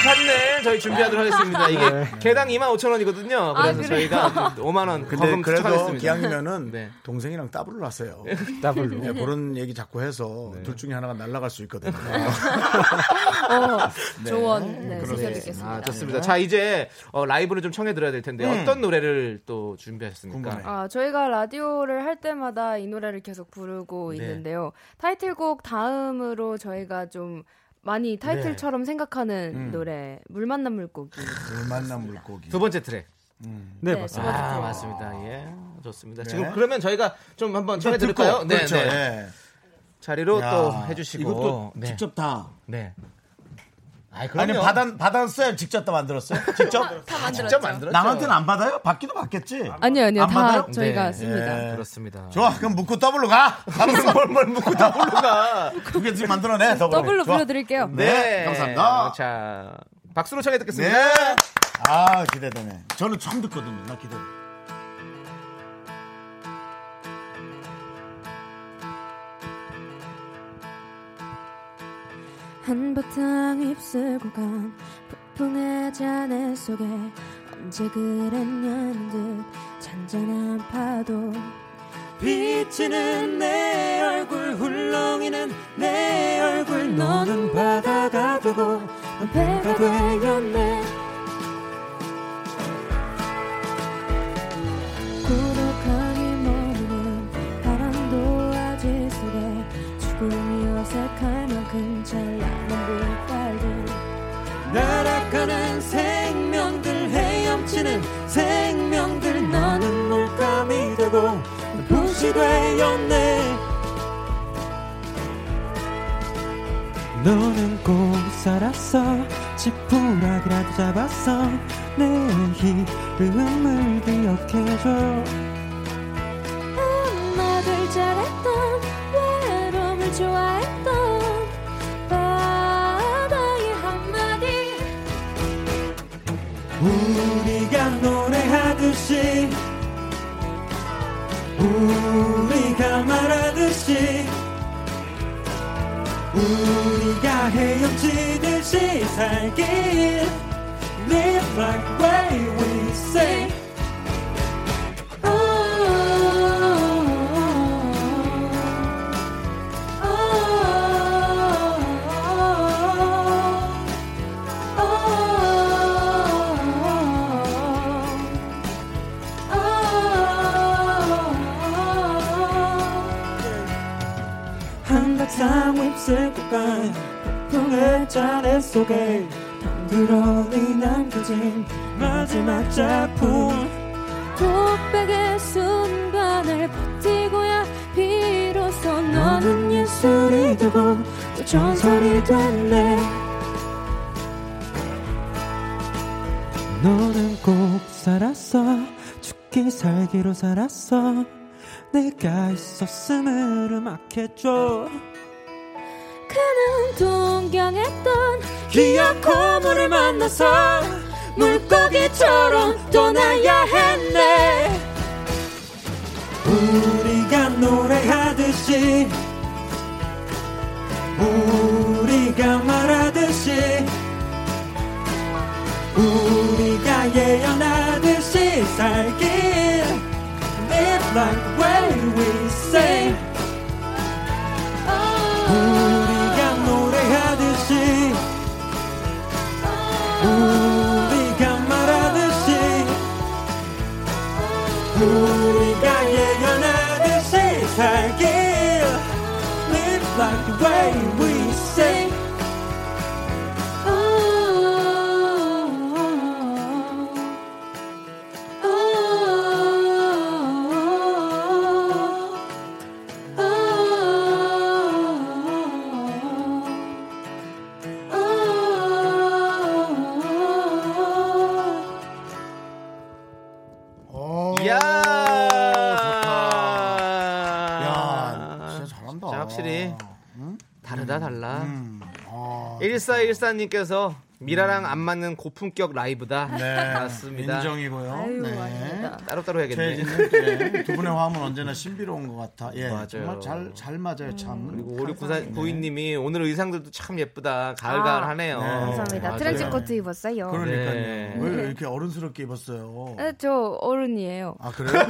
Speaker 2: 판넬 저희 준비하도록 하겠습니다. 이게
Speaker 11: 네.
Speaker 2: 개당 2만 5천 원이거든요.
Speaker 1: 아,
Speaker 2: 그래서
Speaker 1: 그래요?
Speaker 2: 저희가 5만 원
Speaker 1: 근데
Speaker 2: 거금
Speaker 1: 그래도
Speaker 2: 추가하겠습니다. 네.
Speaker 1: 기왕이면은 동생이랑 따블로
Speaker 2: [LAUGHS]
Speaker 1: 났어요.
Speaker 11: 따블로.
Speaker 1: 네, 그런 얘기 자꾸 해서 둘 중에 하나가 날아갈 수 있거든요.
Speaker 4: 어,
Speaker 2: 네.
Speaker 4: 조언 네,
Speaker 2: 네.
Speaker 4: 새겨듣겠습니다.
Speaker 2: 아, 좋습니다. 자, 이제 어, 라이브를 좀 청해 들어야 될 텐데
Speaker 4: 음.
Speaker 2: 어떤 노래를 또 준비하셨습니까?
Speaker 4: 아, 저희가 라디오를 할 때마다 이 노래를 계속 부르고
Speaker 2: 네.
Speaker 4: 있는데요. 타이틀곡 다음으로 저희가 좀 많이 타이틀처럼 생각하는
Speaker 2: 음.
Speaker 4: 노래 물 만난 물고기.
Speaker 1: 물그 만난 물고기.
Speaker 2: 두 번째 트랙.
Speaker 4: 네, 네, 맞습니다. 두 번째
Speaker 2: 아,
Speaker 4: 트랙.
Speaker 2: 맞습니다. 예. 좋습니다.
Speaker 1: 음. 네.
Speaker 2: 지금 그러면 저희가 좀 한번 청해
Speaker 1: 듣고,
Speaker 2: 드릴까요? 네,
Speaker 1: 그렇죠, 예.
Speaker 2: 자리로
Speaker 1: 야,
Speaker 2: 또 해주시고.
Speaker 1: 이것도
Speaker 2: 네.
Speaker 1: 직접 다.
Speaker 2: 네. 아이,
Speaker 1: 아니
Speaker 2: 그럼요. 아, 그렇죠.
Speaker 1: 받아 받았어요? 직접 다 만들었어요? 직접
Speaker 4: 다 만들었죠.
Speaker 2: 직접 만들었죠.
Speaker 1: 남한테는 안 받아요? 받기도 받겠지.
Speaker 4: 아니요, 아니요.
Speaker 1: 안
Speaker 4: 다
Speaker 1: 받아요?
Speaker 4: 저희가
Speaker 2: 예.
Speaker 4: 씁니다.
Speaker 2: 그렇습니다.
Speaker 1: 네. 좋아, 그럼 묻고 더블로 가. 더블로 뭘뭘 묻고 더블로
Speaker 2: 가.
Speaker 1: 그게 지금 만들어내. 더블로.
Speaker 4: 더블로
Speaker 1: 좋아.
Speaker 4: 불러드릴게요.
Speaker 1: 네, 감사합니다.
Speaker 2: 자, 박수로 청해 듣겠습니다.
Speaker 1: 네. 아 기대되네. 저는 처음 듣거든요. 나 기대.
Speaker 10: 한바탕 입술 구간 폭풍의 잔해 속에 언제 그랬냐는 듯 잔잔한 파도
Speaker 7: 비치는 내 얼굴 훌렁이는 내 얼굴 너는 바다가 되고 난 배가 되었네
Speaker 10: 고독하게 머무는 바람도 아질 속에 죽음이 어색할 만큼 찬란한 빛깔들
Speaker 7: 날아가는 생명들 헤엄치는 생명들 너는 물감이 되고 난 붓이 되었네 너는 꼭 살았어 지푸라기라도 잡았어 내 희름을 기억해줘
Speaker 10: 엄마들 잘했던 외로움을 좋아했던 바다의 한마디
Speaker 7: 우리가 노래하듯이 우리가 말하듯이 우리가 헤엄치듯이 살길 Live like way we sing
Speaker 10: 오,
Speaker 7: 한바탕 휩쓸 구간 폭풍의 자래 속에 덩그러니 남겨진 마지막 작품
Speaker 10: 독백의 순간을 버티고야 비로소 너는
Speaker 7: 예술이 되고
Speaker 10: 또 전설이 됐네
Speaker 7: 너는 꼭 살았어 죽기 살기로 살았어 내가 있었음을 음악해줘
Speaker 12: 크는 동경했던
Speaker 7: 기억 고물을 만나서
Speaker 12: 물고기처럼 떠나야 했네
Speaker 7: 우리가 노래하듯이 우리가 말하듯이 우리가 예언하듯이 살길 Live like way we say 우리가 노래하듯이 우리가 말하듯이 우리가 예견하듯이 살길 Live like the way we sing
Speaker 2: 이야.
Speaker 1: 야, 진짜 잘한다.
Speaker 2: 아, 진짜 확실히 다르다 달라.
Speaker 1: 음, 아,
Speaker 2: 1414님께서 미라랑 안 맞는 고품격 라이브다.
Speaker 1: 네,
Speaker 2: 맞습니다.
Speaker 1: 인정이고요.
Speaker 10: 아유,
Speaker 1: 네.
Speaker 10: 아닙니다.
Speaker 2: 따로따로 해야겠네.
Speaker 1: 최혜진님 예, 두 분의 화음은 언제나 신비로운 것 같아. 예,
Speaker 2: 맞아요. 음,
Speaker 1: 정말 잘, 잘 맞아요, 참.
Speaker 2: 그리고 오리
Speaker 1: 네.
Speaker 2: 구인님이 오늘 의상들도 참 예쁘다. 가을가을하네요.
Speaker 1: 아, 네.
Speaker 10: 감사합니다.
Speaker 2: 맞아요.
Speaker 10: 트렌치 코트 입었어요.
Speaker 1: 그러니까요.
Speaker 2: 네.
Speaker 1: 왜 이렇게 어른스럽게 입었어요?
Speaker 10: 네, 저 어른이에요.
Speaker 1: 아, 그래요?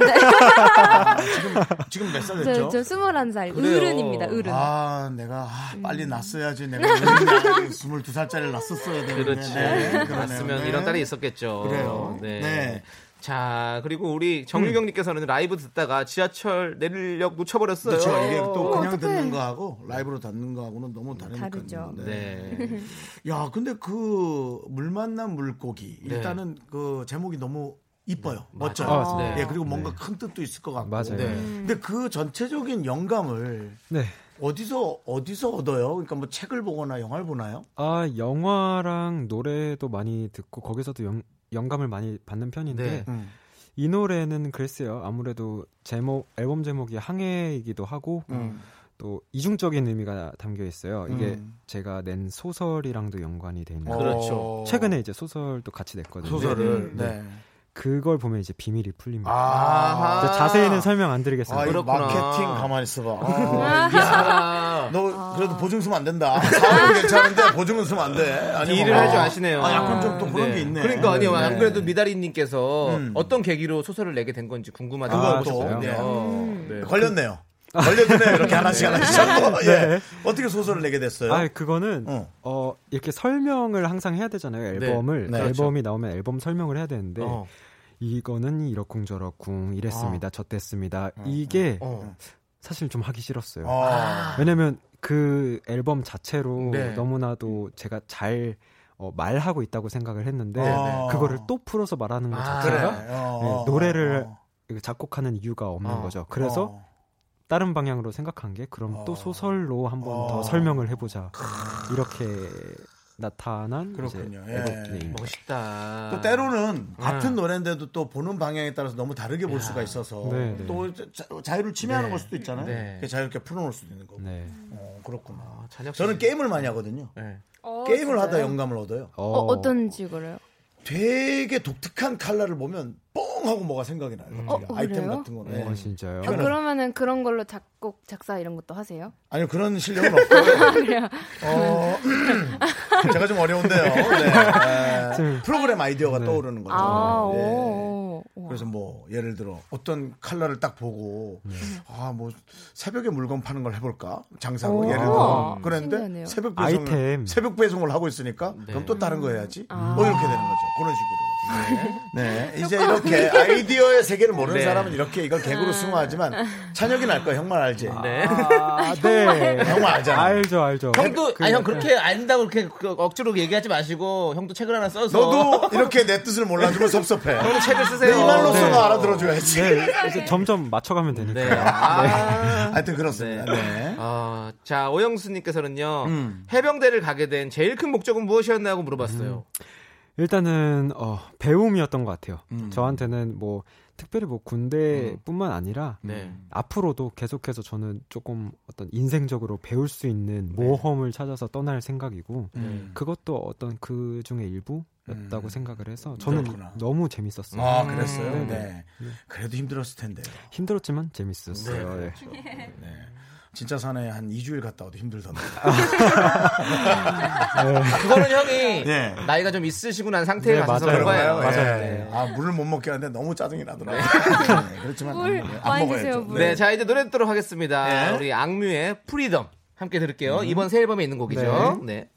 Speaker 1: 아, 지금, 지금 몇 살
Speaker 10: 네.
Speaker 1: 됐죠?
Speaker 10: 저, 저 21살.
Speaker 2: 그래요.
Speaker 10: 어른입니다, 어른.
Speaker 1: 그렇죠? 아, 내가 아,
Speaker 10: 음.
Speaker 1: 빨리 낳았어야지. 내가 22살짜리를 낳았었어야 되는데.
Speaker 2: 그렇지.
Speaker 1: 네, 그러네요.
Speaker 2: 맞으면
Speaker 1: 네.
Speaker 2: 이런 딸이 있었겠죠.
Speaker 1: 그래요.
Speaker 2: 네.
Speaker 1: 네.
Speaker 2: 자, 그리고 우리 정유경님께서는 라이브 듣다가 지하철 내리력 놓쳐버렸어요.
Speaker 1: 그렇죠. 이게 또 그냥
Speaker 10: 어떡해.
Speaker 1: 듣는 거하고 라이브로 듣는 거하고는 너무 다르니까.
Speaker 10: 다르죠.
Speaker 2: 네.
Speaker 1: 야, 근데 그 물 만난 물고기
Speaker 2: 네.
Speaker 1: 일단은 그 제목이 너무 이뻐요. 멋져요.
Speaker 11: 아, 네.
Speaker 1: 예, 그리고 뭔가 큰 뜻도 있을 것 같고.
Speaker 11: 맞아요.
Speaker 1: 네. 근데 그 전체적인 영감을
Speaker 11: 네.
Speaker 1: 어디서 어디서 얻어요? 그러니까 뭐 책을 보거나 영화를 보나요?
Speaker 11: 아 영화랑 노래도 많이 듣고 거기서도 영, 영감을 많이 받는 편인데
Speaker 2: 네.
Speaker 1: 음.
Speaker 11: 이 노래는 글쎄요 아무래도 제목 앨범 제목이 항해이기도
Speaker 1: 음.
Speaker 11: 하고 음. 또 이중적인 의미가 담겨 있어요. 이게
Speaker 1: 음.
Speaker 11: 제가 낸 소설이랑도 연관이 돼 있는
Speaker 1: 어,
Speaker 11: 거예요.
Speaker 2: 그렇죠.
Speaker 11: 최근에 이제 소설도 같이 냈거든요.
Speaker 1: 소설을. 네.
Speaker 11: 그걸 보면 이제 비밀이 풀립니다.
Speaker 1: 아.
Speaker 11: 이제 자세히는 설명 안
Speaker 1: 아,
Speaker 11: 드리겠습니다.
Speaker 1: 이
Speaker 2: 그렇구나.
Speaker 1: 마케팅 가만히 있어봐. 아, [LAUGHS]
Speaker 2: 야,
Speaker 1: 너 그래도 보증 쓰면 안 된다. 사업은 괜찮은데 보증은 쓰면 안 돼. 아니면
Speaker 2: 일을
Speaker 1: 뭐.
Speaker 2: 할 줄 아시네요.
Speaker 1: 아, 약간 좀 또 그런
Speaker 2: 네.
Speaker 1: 게 있네.
Speaker 2: 그러니까 아니요.
Speaker 1: 네.
Speaker 2: 안 그래도 미다리님께서
Speaker 1: 음.
Speaker 2: 어떤 계기로 소설을 내게 된 건지 궁금하다고
Speaker 1: 그거
Speaker 2: 하셨어요.
Speaker 1: 또, 네.
Speaker 2: 어, 네.
Speaker 1: 걸렸네요. 걸려드네요. 이렇게 하나씩 하나씩 자꾸. 예. 어떻게 소설을 내게 됐어요?
Speaker 11: 네. 아, 그거는
Speaker 1: 어.
Speaker 11: 어. 이렇게 설명을 항상 해야 되잖아요.
Speaker 2: 네.
Speaker 11: 앨범을
Speaker 1: 네.
Speaker 11: 앨범이 나오면 앨범 설명을 해야 되는데
Speaker 2: 어.
Speaker 11: 이거는 이렇쿵저렇쿵 이랬습니다. 저랬습니다. 이게
Speaker 2: 어.
Speaker 11: 사실 좀 하기 싫었어요.
Speaker 1: 아.
Speaker 11: 왜냐면 그 앨범 자체로
Speaker 2: 네.
Speaker 11: 네. 너무나도 제가 잘 어, 말하고 있다고 생각을 했는데
Speaker 1: 네.
Speaker 11: 그거를 또 풀어서 말하는 것
Speaker 2: 아,
Speaker 11: 자체가
Speaker 2: 그래.
Speaker 1: 어,
Speaker 11: 네, 노래를
Speaker 1: 어,
Speaker 11: 작곡하는 이유가 없는
Speaker 2: 어,
Speaker 11: 거죠. 그래서
Speaker 1: 어.
Speaker 11: 다른 방향으로 생각한 게 그럼
Speaker 1: 어.
Speaker 11: 또 소설로 한번
Speaker 1: 어.
Speaker 11: 더 설명을 해보자 이렇게 나타난
Speaker 1: 아, 그렇군요.
Speaker 11: 이제 네.
Speaker 1: 예.
Speaker 11: 앨범
Speaker 2: 네. 멋있다.
Speaker 1: 또 때로는 같은 노래인데도 또 보는 방향에 따라서 너무 다르게 볼 수가 있어서
Speaker 11: 네, 네.
Speaker 1: 또 자- 자유를 침해하는
Speaker 2: 네.
Speaker 1: 걸 수도 있잖아요.
Speaker 2: 네.
Speaker 1: 그게 자유롭게 풀어놓을 수도 있는 거고.
Speaker 11: 네.
Speaker 1: 어, 그렇구나.
Speaker 2: 잔혁 씨.
Speaker 1: 저는 게임을 많이 하거든요.
Speaker 2: 아, 네.
Speaker 10: 어,
Speaker 1: 게임을
Speaker 10: 진짜요?
Speaker 1: 하다 영감을 얻어요.
Speaker 11: 어,
Speaker 10: 어, 어떤 식으로요?
Speaker 1: 되게 독특한 칼라를 보면 뻥 하고 뭐가 생각이 나요. 갑자기.
Speaker 10: 어,
Speaker 1: 아이템
Speaker 10: 그래요?
Speaker 1: 같은 거는. 네.
Speaker 11: 어, 진짜요?
Speaker 10: 아, 그러면은 그런 걸로 작곡, 작사 이런 것도 하세요?
Speaker 1: 아니요 그런 실력은
Speaker 10: [LAUGHS]
Speaker 1: 없고요. 어, 제가 좀 어려운데요. 네.
Speaker 10: [LAUGHS]
Speaker 1: 네. 프로그램 아이디어가 떠오르는 거죠.
Speaker 10: 아,
Speaker 1: 예.
Speaker 10: 오. 우와.
Speaker 1: 그래서 뭐 예를 들어 어떤 컬러를 딱 보고 아 뭐 새벽에 물건 파는 걸 해볼까 장사로
Speaker 10: 오.
Speaker 1: 예를 들어
Speaker 10: 음.
Speaker 1: 그런데
Speaker 10: 신기하네요.
Speaker 1: 새벽 배송을
Speaker 11: 아이템.
Speaker 1: 새벽 배송을 하고 있으니까 그럼 또 다른 거 해야지
Speaker 10: 아.
Speaker 1: 뭐 이렇게 되는 거죠 그런
Speaker 10: [LAUGHS]
Speaker 1: 식으로 네, 이제 이렇게 아이디어의 세계를 모르는
Speaker 2: 네.
Speaker 1: 사람은 이렇게 이걸 개그로
Speaker 10: 아.
Speaker 1: 승화하지만 찬혁이 날 거야 형만 알지
Speaker 2: 네.
Speaker 11: 아, 네.
Speaker 1: 형만 알잖아
Speaker 11: 알죠, 알죠.
Speaker 2: 형도 아니 형
Speaker 1: 네.
Speaker 2: 그렇게 안다고 그렇게 그 억지로 얘기하지 마시고 형도 책을 하나 써서
Speaker 1: 너도 이렇게 내 뜻을 몰라주면 섭섭해.
Speaker 2: 형도 책을 쓰세요.
Speaker 1: 내 이말로써
Speaker 2: 네.
Speaker 1: 가 알아들어줘야지.
Speaker 11: 네, 이제 점점 맞춰가면
Speaker 2: 네.
Speaker 11: 되니까. 요
Speaker 2: 아.
Speaker 1: 하여튼 그렇습니다. 네.
Speaker 2: 어, 자
Speaker 1: 음.
Speaker 2: 오영수님께서는요 해병대를 가게 된 제일 큰 목적은 무엇이었나고 물어봤어요.
Speaker 4: 일단은 어, 배움이었던 것 같아요.
Speaker 13: 음.
Speaker 4: 저한테는 뭐 특별히 뭐 군대뿐만 아니라
Speaker 1: 음.
Speaker 13: 네.
Speaker 4: 앞으로도 계속해서 저는 조금 어떤 인생적으로 배울 수 있는
Speaker 13: 네.
Speaker 4: 모험을 찾아서 떠날 생각이고
Speaker 13: 음.
Speaker 4: 그것도 어떤 그 중에 일부였다고
Speaker 1: 음.
Speaker 4: 생각을 해서 저는
Speaker 1: 그렇구나.
Speaker 4: 너무 재밌었어요.
Speaker 1: 아, 그랬어요? 네.
Speaker 4: 그래도 힘들었을 텐데. 힘들었지만 재밌었어요.
Speaker 1: 네,
Speaker 4: 네.
Speaker 1: 그렇죠. 네. 진짜 산에 한 2주일 갔다 와도 힘들던데.
Speaker 2: 그거는
Speaker 1: [LAUGHS]
Speaker 2: 형이
Speaker 1: 네.
Speaker 2: 나이가 좀 있으시고 난 상태에
Speaker 1: 네,
Speaker 2: 가셔서
Speaker 1: 맞아요.
Speaker 2: 그런 거예요.
Speaker 1: 맞아요.
Speaker 2: 예.
Speaker 1: 네. 아, 물을 못 먹게 하는데 너무 짜증이 나더라고요. [LAUGHS] 네, 그렇지만 안 먹어요. 안 먹어야죠.
Speaker 2: 네, 자 이제 노래 듣도록 하겠습니다. 우리 악뮤의 프리덤 함께 들을게요.
Speaker 1: 예. 음.
Speaker 2: 이번 새 앨범에 있는 곡이죠. 네.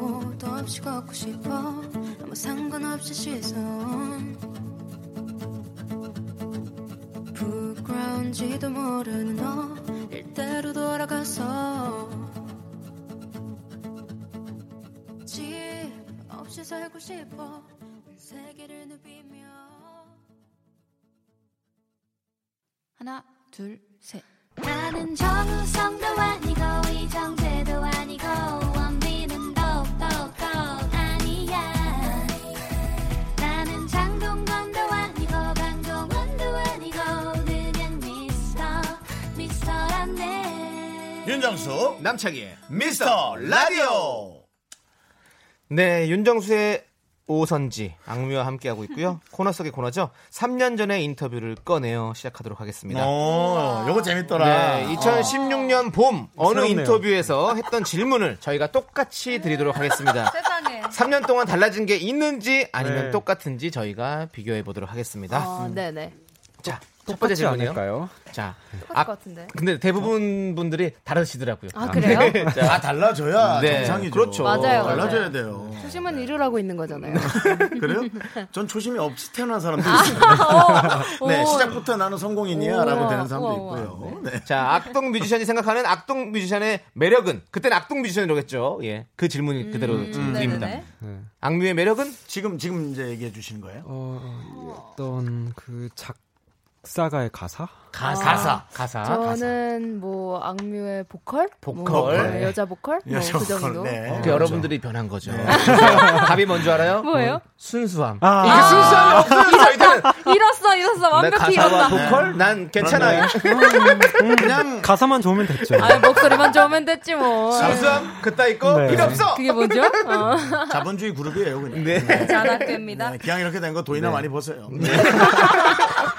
Speaker 14: 옷도 없이 걷고 싶어 아무 상관없이 시선 부끄러운지도 모르는 너 일대로 돌아가서 집 없이 살고 싶어 온 세계를 누비며
Speaker 15: 하나, 둘, 셋.
Speaker 7: 나는 정우성도 아니고 이정재도 아니고 원빈은 더욱더 아니야 나는 장동건도 아니고 강동원도 아니고 그냥 미스터 미스터란데
Speaker 9: 윤정수
Speaker 2: 남창희의
Speaker 9: 어? 미스터 라디오
Speaker 2: 네, 윤정수의 오선지 악뮤와 함께하고 있고요. 코너 속의 코너죠. 3년 전의 인터뷰를 꺼내요 시작하도록 하겠습니다.
Speaker 1: 어. 오, 요거 재밌더라. 어,
Speaker 2: 네, 2016년 봄 어느
Speaker 1: 새롭네요.
Speaker 2: 인터뷰에서 했던 질문을 저희가 똑같이 드리도록 하겠습니다.
Speaker 10: 세상에.
Speaker 2: 3년 동안 달라진 게 있는지 아니면
Speaker 4: 네.
Speaker 2: 똑같은지 저희가 비교해 보도록 하겠습니다.
Speaker 10: 어, 네네.
Speaker 2: 자, 첫 번째
Speaker 4: 똑같지
Speaker 2: 질문이요.
Speaker 4: 않을까요?
Speaker 2: 자,
Speaker 10: 똑같을
Speaker 2: 아,
Speaker 10: 것 같은데.
Speaker 2: 근데 대부분 분들이 다르시더라고요.
Speaker 10: 아, 그래요?
Speaker 1: 다 달라져야
Speaker 2: 네,
Speaker 1: 정상이죠.
Speaker 2: 그렇죠.
Speaker 10: 맞아요,
Speaker 1: 달라져야
Speaker 10: 맞아요.
Speaker 1: 돼요.
Speaker 10: 초심은 이루라고 있는 거잖아요.
Speaker 2: 네. [LAUGHS]
Speaker 1: 그래요? 전 초심이 없이 태어난 사람도
Speaker 10: 아,
Speaker 1: 있어요.
Speaker 10: 오.
Speaker 1: 네,
Speaker 10: 오.
Speaker 1: 시작부터 나는 성공인이야
Speaker 2: 오.
Speaker 1: 라고 되는
Speaker 2: 우와,
Speaker 1: 사람도
Speaker 2: 우와.
Speaker 1: 있고요.
Speaker 2: [LAUGHS]
Speaker 10: 네.
Speaker 1: 네.
Speaker 2: 자, 악동 뮤지션이 생각하는 악동 뮤지션의 매력은 그때는 악동 뮤지션이라겠죠. 예, 그 질문이
Speaker 10: 음.
Speaker 2: 그대로
Speaker 10: 네,
Speaker 2: 드립니다. 악뮤의 매력은
Speaker 1: 지금 지금 이제 얘기해 주시는 거예요?
Speaker 10: 어,
Speaker 4: 어, 어떤 그 작사가의 가사?
Speaker 2: 가사. 가사, 아, 가사,
Speaker 10: 저는 뭐 악뮤의 보컬,
Speaker 2: 보컬.
Speaker 10: 뭐 네, 여자 보컬, 뭐 그 정도.
Speaker 1: 네.
Speaker 2: 그
Speaker 10: 어.
Speaker 2: 여러분들이 변한 거죠. [LAUGHS] 답이 뭔지 알아요?
Speaker 10: 뭐예요?
Speaker 2: 순수함.
Speaker 10: 아.
Speaker 2: 이게 순수함이
Speaker 10: 아.
Speaker 2: 없어요. 저희들은
Speaker 10: 잃었어, 잃었어,
Speaker 2: 나
Speaker 10: 완벽히
Speaker 2: 가사와 네.
Speaker 10: 잃었다.
Speaker 2: 보컬? 난 괜찮아요.
Speaker 4: 그냥 가사만 좋으면 됐죠.
Speaker 10: 아 목소리만 좋으면 됐지 뭐.
Speaker 2: 순수함 그따 있고
Speaker 1: 네.
Speaker 2: 필요 없어.
Speaker 10: 그게 뭐죠? 어.
Speaker 1: 자본주의 그룹이에요, 그냥. 네.
Speaker 10: 자납됩니다.
Speaker 1: 네, 기왕 이렇게 된 거 도이나 많이 버세요.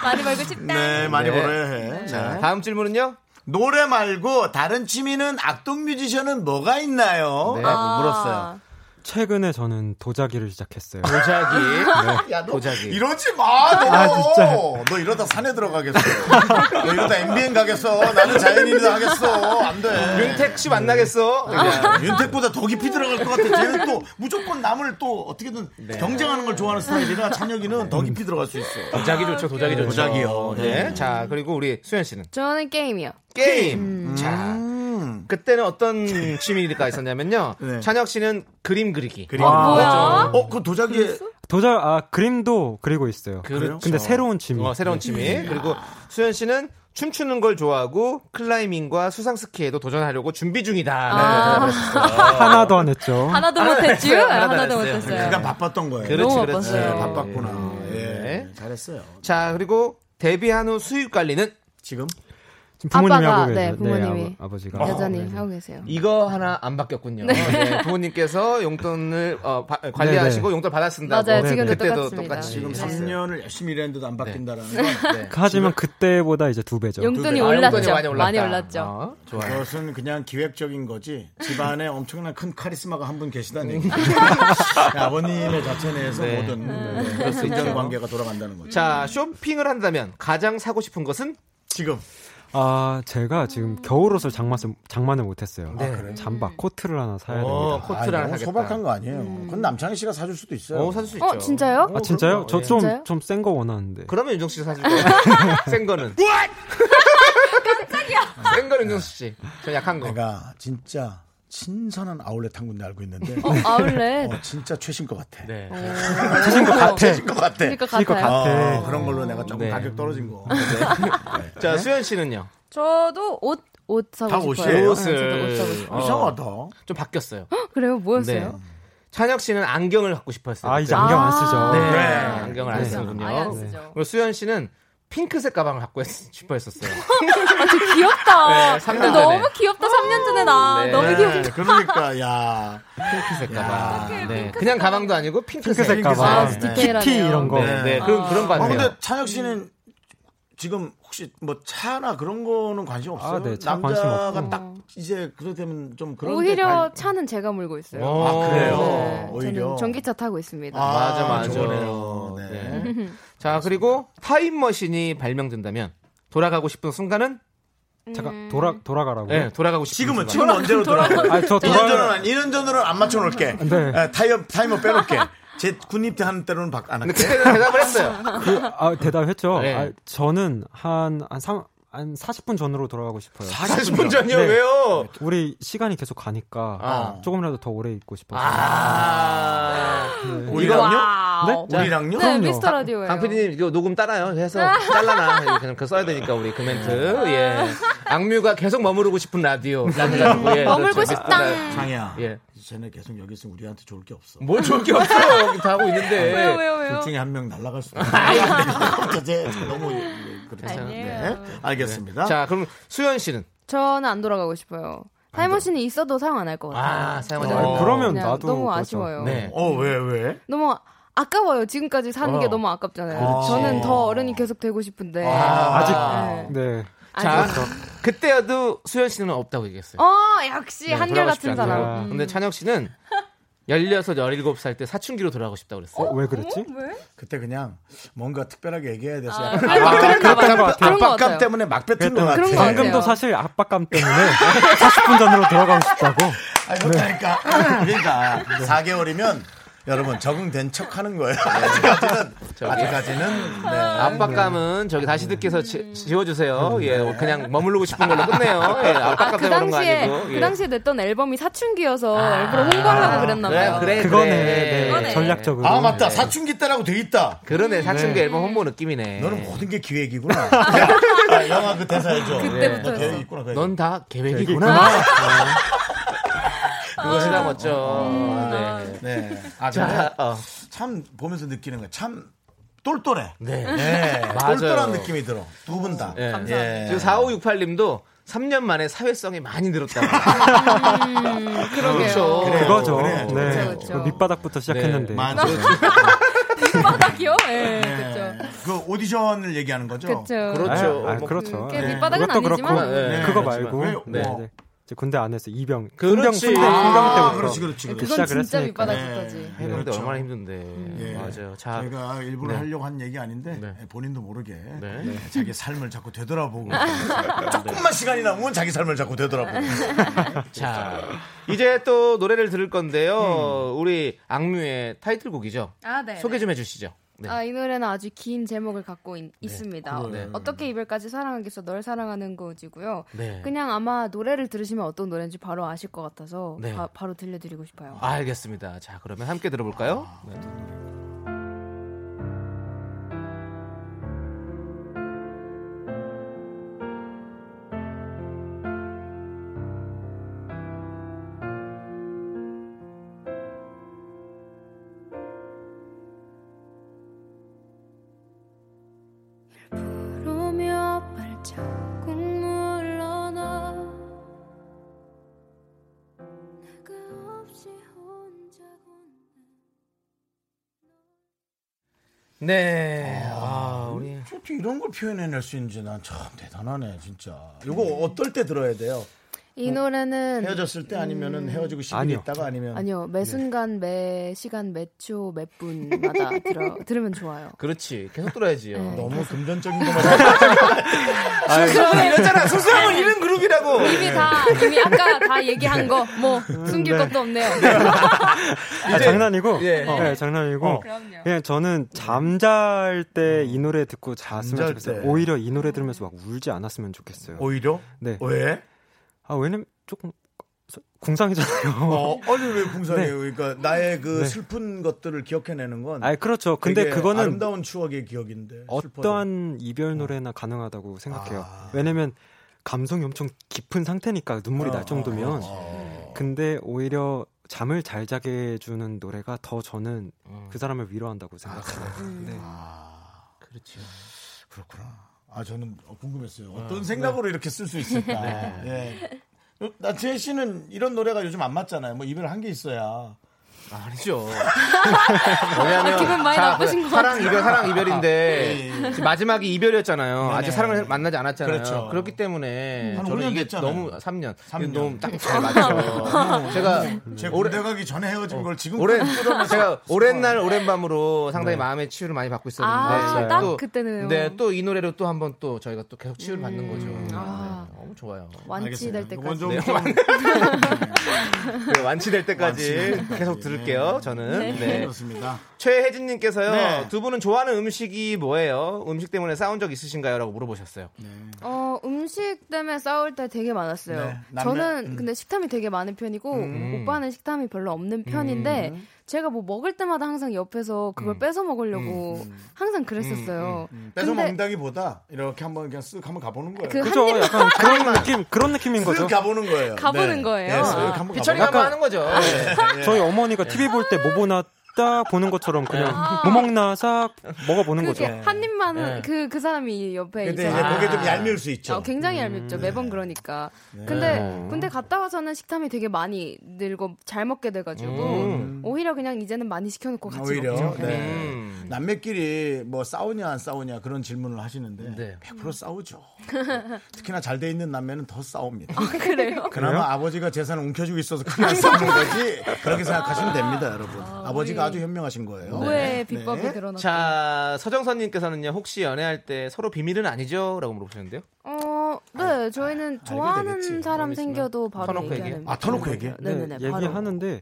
Speaker 10: 많이 벌고 싶다.
Speaker 1: 네, 많이
Speaker 2: 네.
Speaker 1: 벌어야 해.
Speaker 2: 자, 다음 질문은요?
Speaker 1: 노래 말고 다른 취미는 악동 뮤지션은 뭐가 있나요?
Speaker 2: 어,
Speaker 4: 네,
Speaker 1: 라고
Speaker 4: 아.
Speaker 1: 물었어요.
Speaker 4: 최근에 저는 도자기를 시작했어요.
Speaker 1: 도자기?
Speaker 2: [LAUGHS] 네.
Speaker 1: 야, 너 이러지 마, 너.
Speaker 4: 아, 진짜.
Speaker 1: 너 이러다 산에 들어가겠어. 너 이러다 MBN 가겠어. 나는 자연인이다 하겠어. 안 돼.
Speaker 2: 윤택 씨 만나겠어.
Speaker 1: 네. 윤택보다 더 깊이 들어갈 것 같아. 쟤는 또 무조건 남을 또 어떻게든 경쟁하는 걸 좋아하는 스타일이라 찬혁이는 더 깊이 들어갈 수 있어.
Speaker 2: 도자기 좋죠, 도자기 좋죠.
Speaker 1: 도자기요.
Speaker 2: 네. 자, 그리고 우리 수현 씨는
Speaker 10: 저는 게임이요.
Speaker 2: 게임. 음. 자, 그때는 어떤 취미가 있었냐면요. 찬혁 씨는 그림 그리기.
Speaker 4: 그림 아, 그리기. 뭐야?
Speaker 1: 어, 그 도자기에
Speaker 4: 도자 아 그림도 그리고 있어요.
Speaker 2: 그렇죠.
Speaker 4: 근데 새로운 취미.
Speaker 2: 어, 새로운 취미. 그리고 수현 씨는 춤추는 걸 좋아하고 클라이밍과 수상 스키에도 도전하려고 준비 중이다. 네.
Speaker 10: 아.
Speaker 4: 하나도 안 했죠.
Speaker 2: 하나도
Speaker 10: 하나도
Speaker 2: 안
Speaker 10: 못했죠?
Speaker 2: 했어요. 하나도 안
Speaker 10: 하나도
Speaker 2: 했어요.
Speaker 10: 못했어요.
Speaker 1: 그냥 바빴던 거예요.
Speaker 2: 그렇지,
Speaker 10: 너무
Speaker 2: 그렇지.
Speaker 10: 바빴어요.
Speaker 2: 네,
Speaker 1: 바빴구나. 예.
Speaker 2: 네.
Speaker 1: 잘했어요.
Speaker 2: 자, 그리고 데뷔한 후 수입 관리는
Speaker 1: 지금
Speaker 4: 지금 부모님이
Speaker 10: 아빠가
Speaker 4: 하고
Speaker 10: 네
Speaker 4: 계세요.
Speaker 10: 부모님이
Speaker 4: 아버, 아버지가
Speaker 10: 여전히
Speaker 4: 네.
Speaker 10: 하고 계세요.
Speaker 2: 이거 하나 안 바뀌었군요.
Speaker 10: 네.
Speaker 2: 네, 부모님께서 용돈을 어, 바- 관리하시고
Speaker 4: 네, 네.
Speaker 2: 용돈 받아 쓴다고. 뭐
Speaker 10: 맞아요. 지금도
Speaker 2: 그때도
Speaker 10: 똑같습니다. 네.
Speaker 2: 똑같이
Speaker 1: 지금
Speaker 2: 했어요.
Speaker 1: 3년을 열심히 일했는데도 안 바뀐다라는 건
Speaker 4: 하지만 그때보다 이제 두 배죠.
Speaker 10: 용돈이
Speaker 1: 아, 용돈이
Speaker 10: 올랐죠.
Speaker 1: 많이 올랐다.
Speaker 10: 많이 올랐죠.
Speaker 2: 어, 좋아요.
Speaker 1: 그것은 그냥 기획적인 거지 집안에 엄청난 큰 카리스마가 한 분 계시다는 얘기 아버님의 자체 내에서
Speaker 2: 네.
Speaker 1: 모든
Speaker 2: 음.
Speaker 1: 네.
Speaker 2: 그럴 수 있죠.
Speaker 1: 인간관계가 돌아간다는 거죠
Speaker 2: 자, 쇼핑을 한다면 가장 사고 싶은 것은
Speaker 1: 지금
Speaker 4: 아 제가 지금 겨울옷을 장만을 장만을 못했어요.
Speaker 1: 아, 그래요?
Speaker 4: 잠바 코트를 하나 사야
Speaker 1: 어,
Speaker 4: 됩니다.
Speaker 1: 코트를 아, 하나 너무 사겠다. 소박한 거 아니에요. 그건 남창희 씨가 사줄 수도 있어요.
Speaker 2: 어, 사줄 수
Speaker 10: 어 진짜요?
Speaker 4: 아 진짜요? 저 좀
Speaker 10: 진짜요?
Speaker 4: 좀 센 거 원하는데.
Speaker 2: 예. 그러면 윤정 씨가 사줄
Speaker 10: [LAUGHS]
Speaker 2: 거예요. 센 거는. 깜짝이야. 센 거는 윤정 씨. 저 약한 거.
Speaker 1: 내가 진짜 신선한 아울렛 한 군데 알고 있는데
Speaker 10: 어, 아울렛.
Speaker 1: 어, 진짜 최신 것 같아
Speaker 2: 네.
Speaker 10: 어.
Speaker 1: 최신 것 같아
Speaker 10: 최신
Speaker 1: 최신
Speaker 10: 것
Speaker 1: 것
Speaker 10: 같아.
Speaker 1: 같아
Speaker 10: 최신 것 같아요.
Speaker 1: 어, 그런 걸로 내가 조금
Speaker 2: 네.
Speaker 1: 가격 떨어진 거
Speaker 2: 자, 수현 씨는요?
Speaker 10: 저도 옷 옷 사고
Speaker 2: 다
Speaker 10: 싶어요.
Speaker 2: 옷이에요.
Speaker 10: 네, 저도 옷 사고 싶어요. 네.
Speaker 2: 이상하다. 좀 바뀌었어요. 네.
Speaker 10: 그래요? 뭐였어요?
Speaker 2: 찬혁 씨는 안경을 갖고 싶었어요.
Speaker 4: 아, 이제 안경 안 쓰죠.
Speaker 2: 네.
Speaker 4: 네.
Speaker 2: 안경을 안
Speaker 4: 네.
Speaker 2: 쓰군요.
Speaker 4: 아예 안
Speaker 10: 쓰죠.
Speaker 2: 그리고 수현 씨는 핑크색 가방을 갖고 했- 싶어 했었어요.
Speaker 10: 아, 저 귀엽다.
Speaker 2: 네, 삼년 전에.
Speaker 10: 너무 귀엽다. 3년 전에 나.
Speaker 2: 네.
Speaker 10: 너무 귀엽다.
Speaker 1: 그러니까 야
Speaker 2: 핑크색 가방. 네. 그냥 가방도 아니고 핑크색,
Speaker 1: 핑크색 가방. 아,
Speaker 2: 네.
Speaker 1: 스티키티 이런 거.
Speaker 2: 네, 네. 그런 그런 거
Speaker 1: 아,
Speaker 2: 같아요.
Speaker 1: 근데 찬혁 씨는 지금 혹시 뭐 차나 그런 거는 관심 없어요?
Speaker 4: 네, 차 관심
Speaker 1: 남자가
Speaker 4: 없고.
Speaker 1: 딱 이제 그래 되면 좀 그런
Speaker 10: 오히려
Speaker 1: 데
Speaker 10: 차는 제가 몰고 있어요.
Speaker 1: 관- 아 그래요?
Speaker 10: 네,
Speaker 1: 오히려
Speaker 10: 저는 전기차 타고 있습니다.
Speaker 1: 아,
Speaker 2: 맞아 맞아.
Speaker 1: 좋네요. 네.
Speaker 2: 네. 자 그리고 타임머신이 발명된다면 돌아가고 싶은 순간은
Speaker 10: 음.
Speaker 4: 잠깐 돌아 돌아가라고.
Speaker 2: 네, 돌아가고 싶은
Speaker 1: 지금은
Speaker 2: 순간.
Speaker 1: 지금 언제로 돌아?
Speaker 4: 아, 저
Speaker 1: 1년 전으로
Speaker 4: 돌아.
Speaker 1: 안 1년 전으로 안 맞춰 놓을게.
Speaker 4: 네.
Speaker 1: 타이어 타이머 빼놓게. 제 군입 때 하는 때로는 박- 안 할게.
Speaker 2: 그때는 대답을 했어요.
Speaker 4: 그, 아, 대답했죠.
Speaker 2: 네.
Speaker 4: 아, 저는 한한 삼 한 40분 전으로 돌아가고 싶어요.
Speaker 2: 40분 전이요?
Speaker 4: 네.
Speaker 2: 왜요?
Speaker 4: 우리 시간이 계속 가니까
Speaker 2: 아.
Speaker 4: 조금이라도 더 오래 있고 싶어서.
Speaker 2: 아,
Speaker 4: 네?
Speaker 2: 우리랑요?
Speaker 10: 네, 미스터 라디오예요.
Speaker 2: 강 PD님 이거 녹음 따라요. 해서 잘라놔. 이거 그냥 그 써야 되니까 우리 그 멘트. 예. 악뮤가 계속 머무르고 싶은 라디오.
Speaker 4: 네.
Speaker 2: 라디오. 예.
Speaker 10: 머물고
Speaker 2: 그렇죠.
Speaker 10: 싶다.
Speaker 2: 미스터 라-
Speaker 1: 장이야.
Speaker 2: 예.
Speaker 1: 쟤네 계속 여기 있으면 우리한테 좋을 게 없어.
Speaker 2: 뭘뭐 좋을 게
Speaker 10: [LAUGHS]
Speaker 2: 없어요. 여기 다 하고 있는데.
Speaker 10: 왜요, 왜요, 왜요?
Speaker 1: 둘 중에 한 명 날라갈
Speaker 10: [LAUGHS]
Speaker 1: 수도 있어. 저제 너무 그렇죠. 네. 알겠습니다.
Speaker 2: 자, 그럼 수현 씨는
Speaker 10: 저는 안 돌아가고 싶어요. 타임머신이 있어도 사용 안 할 것 같아요.
Speaker 2: 아, 사용하지
Speaker 4: 아,
Speaker 2: 않아요.
Speaker 4: 그러면
Speaker 10: 그냥
Speaker 4: 나도
Speaker 10: 너무
Speaker 4: 그렇죠.
Speaker 10: 아쉬워요.
Speaker 2: 네.
Speaker 1: 어, 왜 왜?
Speaker 10: 너무 아까워요. 지금까지 사는
Speaker 2: 어.
Speaker 10: 게 너무 아깝잖아요.
Speaker 1: 그렇지.
Speaker 10: 저는 더 어른이 계속 되고 싶은데.
Speaker 4: 아직
Speaker 10: 네.
Speaker 4: 네.
Speaker 2: 자,
Speaker 10: 아직- 그렇죠.
Speaker 2: 그때여도 수현 씨는 없다고 얘기했어요.
Speaker 10: 어, 역시
Speaker 2: 네,
Speaker 10: 한결
Speaker 2: 돌아가고 싶지
Speaker 10: 같은
Speaker 2: 않다고.
Speaker 10: 사람.
Speaker 2: 근데 찬혁 씨는 16, 17살 때 사춘기로 돌아가고 싶다고 그랬어요.
Speaker 4: 어, 왜 그랬지?
Speaker 1: 그때 그냥 뭔가 특별하게 얘기해야 돼서
Speaker 10: 아,
Speaker 1: 약간
Speaker 10: 그런 거- 그런 거
Speaker 4: 그랬던
Speaker 10: 같아요.
Speaker 4: 것 같아요.
Speaker 10: 그런 거 같아요.
Speaker 1: 압박감 때문에 막 뱉은 것 같아.
Speaker 10: 그런 거 같아요.
Speaker 4: 방금도 사실 압박감 때문에 [LAUGHS] 40분 전으로 돌아가고 싶다고.
Speaker 1: 아, 그러니까. 그러니까 4개월이면 여러분 적응된 척 하는 거예요. 아직까지는 아직까지는 네.
Speaker 2: 압박감은 저기 다시 듣기에서 지- 지워주세요. 예, 그냥 머무르고 싶은 걸로 끝내요. 예, 압박감
Speaker 10: 아, 그
Speaker 2: 때문에 그런 거
Speaker 10: 당시에,
Speaker 2: 아니고. 예.
Speaker 10: 그 당시에 냈던 앨범이 사춘기여서 일부러 홍보하려고 그랬나봐요.
Speaker 2: 그래, 그래,
Speaker 4: 그거네.
Speaker 2: 그래.
Speaker 4: 네,
Speaker 10: 그거네.
Speaker 4: 전략적으로.
Speaker 1: 아 맞다 사춘기 때라고 돼 있다.
Speaker 2: 그러네, 사춘기 앨범 홍보 느낌이네.
Speaker 1: 너는 모든 게 기획이구나. 아, 영화 그 대사 해줘.
Speaker 10: 네. 그때부터였어.
Speaker 1: 너 계획이 있구나. 그
Speaker 2: 넌 다 [LAUGHS] 계획이구나. 멋지다, 멋져. 네.
Speaker 1: 네. 아,
Speaker 2: 자,
Speaker 1: 자,
Speaker 2: 어,
Speaker 1: 참 보면서 느끼는 거야. 참 똘똘해.
Speaker 2: 네.
Speaker 1: 네.
Speaker 2: 맞아요.
Speaker 1: 똘똘한 느낌이 들어. 두 분 다.
Speaker 2: 예.
Speaker 1: 감사합니다.
Speaker 2: 지금 4568님도 3년 만에 사회성이 많이 늘었다고.
Speaker 10: 음, 그러게요.
Speaker 2: [LAUGHS] 그렇죠.
Speaker 1: 그래요.
Speaker 4: 그거죠.
Speaker 1: 그래요.
Speaker 4: 네.
Speaker 10: 그렇죠, 그렇죠.
Speaker 4: 그 밑바닥부터 시작했는데.
Speaker 1: 맞아요.
Speaker 10: 밑바닥이요? 예, 그쵸.
Speaker 1: 그 오디션을 얘기하는 거죠. 네.
Speaker 10: 그쵸.
Speaker 2: 그렇죠.
Speaker 4: 아, 아,
Speaker 2: 뭐
Speaker 4: 그렇죠.
Speaker 10: 그게 밑바닥은
Speaker 4: 그것도
Speaker 10: 아니지만.
Speaker 4: 그렇고
Speaker 2: 네,
Speaker 4: 그거
Speaker 1: 그렇지만.
Speaker 4: 말고
Speaker 1: 네.
Speaker 4: 네.
Speaker 1: 뭐.
Speaker 4: 네. 이제 군대 안에서 이병 훈병
Speaker 2: 그렇지.
Speaker 4: 훈병
Speaker 2: 아,
Speaker 4: 훈병 때부터
Speaker 1: 그렇지, 그렇지, 그렇지.
Speaker 10: 그건
Speaker 4: 시작을
Speaker 10: 진짜
Speaker 4: 했으니까.
Speaker 10: 밑바닥이까지.
Speaker 2: 해병대
Speaker 1: 그렇죠.
Speaker 2: 얼마나 힘든데.
Speaker 1: 예.
Speaker 2: 맞아요. 자,
Speaker 1: 저희가 일부러
Speaker 2: 네.
Speaker 1: 하려고 한 얘기 아닌데
Speaker 2: 네.
Speaker 1: 본인도 모르게
Speaker 2: 네.
Speaker 1: 네, 자기 삶을 자꾸 되돌아보고 [LAUGHS] 조금만 시간이 남으면 자기 삶을 자꾸 되돌아보고
Speaker 2: 자, 이제 또 노래를 들을 건데요.
Speaker 1: 음.
Speaker 2: 우리 악뮤의 타이틀곡이죠.
Speaker 10: 아, 네.
Speaker 2: 소개 좀 해주시죠. 네.
Speaker 10: 아, 이 노래는 아주 긴 제목을 갖고 있, 습니다
Speaker 2: 그거예요. 네.
Speaker 10: 어떻게 이별까지 사랑하겠어 널 사랑하는 거지고요.
Speaker 2: 네.
Speaker 10: 그냥 아마 노래를 들으시면 어떤 노래인지 바로 아실 것 같아서
Speaker 2: 네.
Speaker 10: 바, 바로 들려드리고 싶어요.
Speaker 2: 아, 알겠습니다. 자, 그러면 함께 들어볼까요?
Speaker 1: 아.
Speaker 2: 네.
Speaker 14: 부르며 발자국 물러나 내가 없이 혼자 걷는
Speaker 2: 네. 아, 우리.
Speaker 1: 어떻게 이런 걸 표현해낼 수 있는지 난 참 대단하네 진짜 이거 어떨 때 들어야 돼요?
Speaker 10: 이 노래는
Speaker 1: 헤어졌을 때 아니면은 헤어지고 10일
Speaker 4: 아니요.
Speaker 1: 있다가 아니면
Speaker 10: 음. 아니요 매 순간 매 시간 매 초 몇 분마다 들어 들으면 좋아요. 네.
Speaker 2: 그렇지. 계속 들어야지요. 네,
Speaker 1: 너무 금전적인
Speaker 2: [LAUGHS]
Speaker 1: 것만
Speaker 2: 수수함을
Speaker 1: 네.
Speaker 2: 잃었잖아. 수수함을 잃은 그룹이라고.
Speaker 10: 이미 다 이미 아까 다 얘기한 거 뭐 숨길 것도 없네요.
Speaker 4: 아, 장난이고.
Speaker 2: 예.
Speaker 4: 예, 장난이고.
Speaker 1: 어.
Speaker 10: 그럼요.
Speaker 4: 그냥 저는 잠잘 때 이 노래 듣고 잤으면
Speaker 1: 잠잘 때.
Speaker 4: 좋겠어요. 오히려 이 노래 들으면서 막 울지 않았으면 좋겠어요.
Speaker 1: 오히려
Speaker 4: 네.
Speaker 1: 왜?
Speaker 4: 아, 왜냐면 조금 서- 궁상이잖아요.
Speaker 1: [LAUGHS] 어, 아니 왜 궁상이에요? 그러니까 나의 그
Speaker 4: 네.
Speaker 1: 슬픈 것들을 기억해내는 건
Speaker 4: 아, 그렇죠. 근데
Speaker 1: 되게 어.
Speaker 4: 그거는
Speaker 1: 아름다운 추억의 기억인데 슬퍼서. 아.
Speaker 4: 어떠한 이별 노래나 가능하다고 생각해요. 왜냐면 감성이 엄청 깊은 상태니까 눈물이
Speaker 1: 어, 아,
Speaker 4: 날 정도면
Speaker 1: 그렇죠.
Speaker 4: 근데 오히려 잠을 잘 자게 해주는 노래가 더 저는 그 사람을 위로한다고 생각합니다. 네.
Speaker 1: 그렇죠. 그렇구나. 아 저는 궁금했어요.
Speaker 10: 아, 네.
Speaker 1: 어떤 생각으로 이렇게 쓸 수 있을까. 예. 나 지혜 씨는 이런 노래가 요즘 안 맞잖아요. 뭐 입에 한게 있어야.
Speaker 2: 아니죠.
Speaker 1: 아, 기분 많이 나쁘신 것
Speaker 2: 사랑
Speaker 1: 같아요.
Speaker 2: 이별 사랑
Speaker 1: 예,
Speaker 10: 네.
Speaker 2: 이별인데
Speaker 1: 예, 예.
Speaker 2: 지금 마지막이 이별이었잖아요.
Speaker 1: 네네.
Speaker 2: 아직 사랑을 만나지 않았잖아요.
Speaker 1: 그렇죠.
Speaker 2: 그렇기 때문에
Speaker 1: 한
Speaker 2: 저는
Speaker 1: 5년
Speaker 2: 이게
Speaker 1: 됐잖아요.
Speaker 2: 너무 3년,
Speaker 1: 삼
Speaker 2: 너무
Speaker 1: 년.
Speaker 2: 딱잘
Speaker 1: [LAUGHS]
Speaker 2: 맞죠. 제가
Speaker 1: 제
Speaker 2: 올해
Speaker 1: 군대 가기 전에 헤어진 걸 지금
Speaker 2: [LAUGHS] 오랜
Speaker 1: 끌어내서
Speaker 2: 제가 오랜 날 오랜 밤으로 상당히 마음의 치유를 많이 받고 있었는데
Speaker 10: 아, 딱 그때네요. 음.
Speaker 2: 네, 또 이 노래로 또 한번 또 저희가 또 계속 치유를 받는 거죠.
Speaker 10: 아.
Speaker 2: 네, 너무 좋아요.
Speaker 10: 완치될
Speaker 2: 이건
Speaker 10: 때까지.
Speaker 2: 좀- 네, 완- 네, 완치될 때까지
Speaker 1: 완치될
Speaker 2: 계속 들을게요. 저는
Speaker 1: 네.
Speaker 2: 네.
Speaker 1: 그렇습니다.
Speaker 2: 최혜진님께서요.
Speaker 1: 네.
Speaker 2: 두 분은 좋아하는 음식이 뭐예요? 음식 때문에 싸운 적 있으신가요?라고 물어보셨어요.
Speaker 10: 어, 음식 때문에 싸울 때 되게 많았어요.
Speaker 2: 네, 남매-
Speaker 10: 저는
Speaker 2: 음.
Speaker 10: 근데 식탐이 되게 많은 편이고
Speaker 2: 음.
Speaker 10: 오빠는 식탐이 별로 없는 편인데 제가 뭐 먹을 때마다 항상 옆에서 그걸 뺏어 먹으려고 항상 그랬었어요.
Speaker 1: 음, 뺏어
Speaker 10: 근데-
Speaker 1: 먹는다기보다 이렇게 한번 그냥 쓱 한번 가보는 거예요.
Speaker 10: 그 그죠? 한 그러니까. 입-
Speaker 4: 약간 그런 느낌 그런 느낌인 거죠.
Speaker 1: 쓱 가보는 거예요. 네.
Speaker 10: 가보는 거예요? 아.
Speaker 2: 피처링 한번 하는 거죠.
Speaker 10: 예.
Speaker 4: 네. 저희 어머니가 TV 볼 때 뭐 보나 딱 보는 것처럼 그냥
Speaker 10: 아.
Speaker 4: 뭐 먹나 싹 먹어보는 거죠.
Speaker 10: 그게 한 입만은
Speaker 4: 네.
Speaker 10: 그, 그 사람이 옆에
Speaker 4: 근데
Speaker 10: 있잖아요.
Speaker 4: 이제 그게 좀 얄미울 수 있죠.
Speaker 10: 어, 굉장히 얄밉죠. 매번 그러니까. 근데 근데 갔다 와서는 식탐이 되게 많이 늘고 잘 먹게 돼가지고
Speaker 1: 음.
Speaker 10: 오히려 그냥 이제는 많이 시켜놓고 같이
Speaker 1: 오히려
Speaker 10: 먹죠.
Speaker 1: 네.
Speaker 2: 음.
Speaker 1: 남매끼리 뭐 싸우냐 안 싸우냐 그런 질문을 하시는데
Speaker 2: 네.
Speaker 10: 음.
Speaker 1: 100% 싸우죠. 특히나 잘 돼 있는 남매는 더 싸웁니다.
Speaker 10: [LAUGHS] 아, 그래요?
Speaker 1: 그나마 아버지가 재산을 움켜쥐고 있어서 그게 안 싸우는 거지 그렇게 생각하시면 됩니다, 여러분. 아, 버지가 아주 현명하신 거예요.
Speaker 10: 오해의 비법이
Speaker 1: 네.
Speaker 10: 드러났다.
Speaker 2: 자, 서정선님께서는요. 혹시 연애할 때 서로 비밀은 아니죠?라고 물어보셨는데요.
Speaker 10: 어, 네, 저희는
Speaker 1: 뭐
Speaker 10: 좋아하는 사람 생겨도 바로
Speaker 2: 터놓고
Speaker 10: 얘기하는.
Speaker 2: 얘기해? 아, 터놓고 얘기해?
Speaker 10: 네, 네, 네. 바로.
Speaker 4: 얘기하는데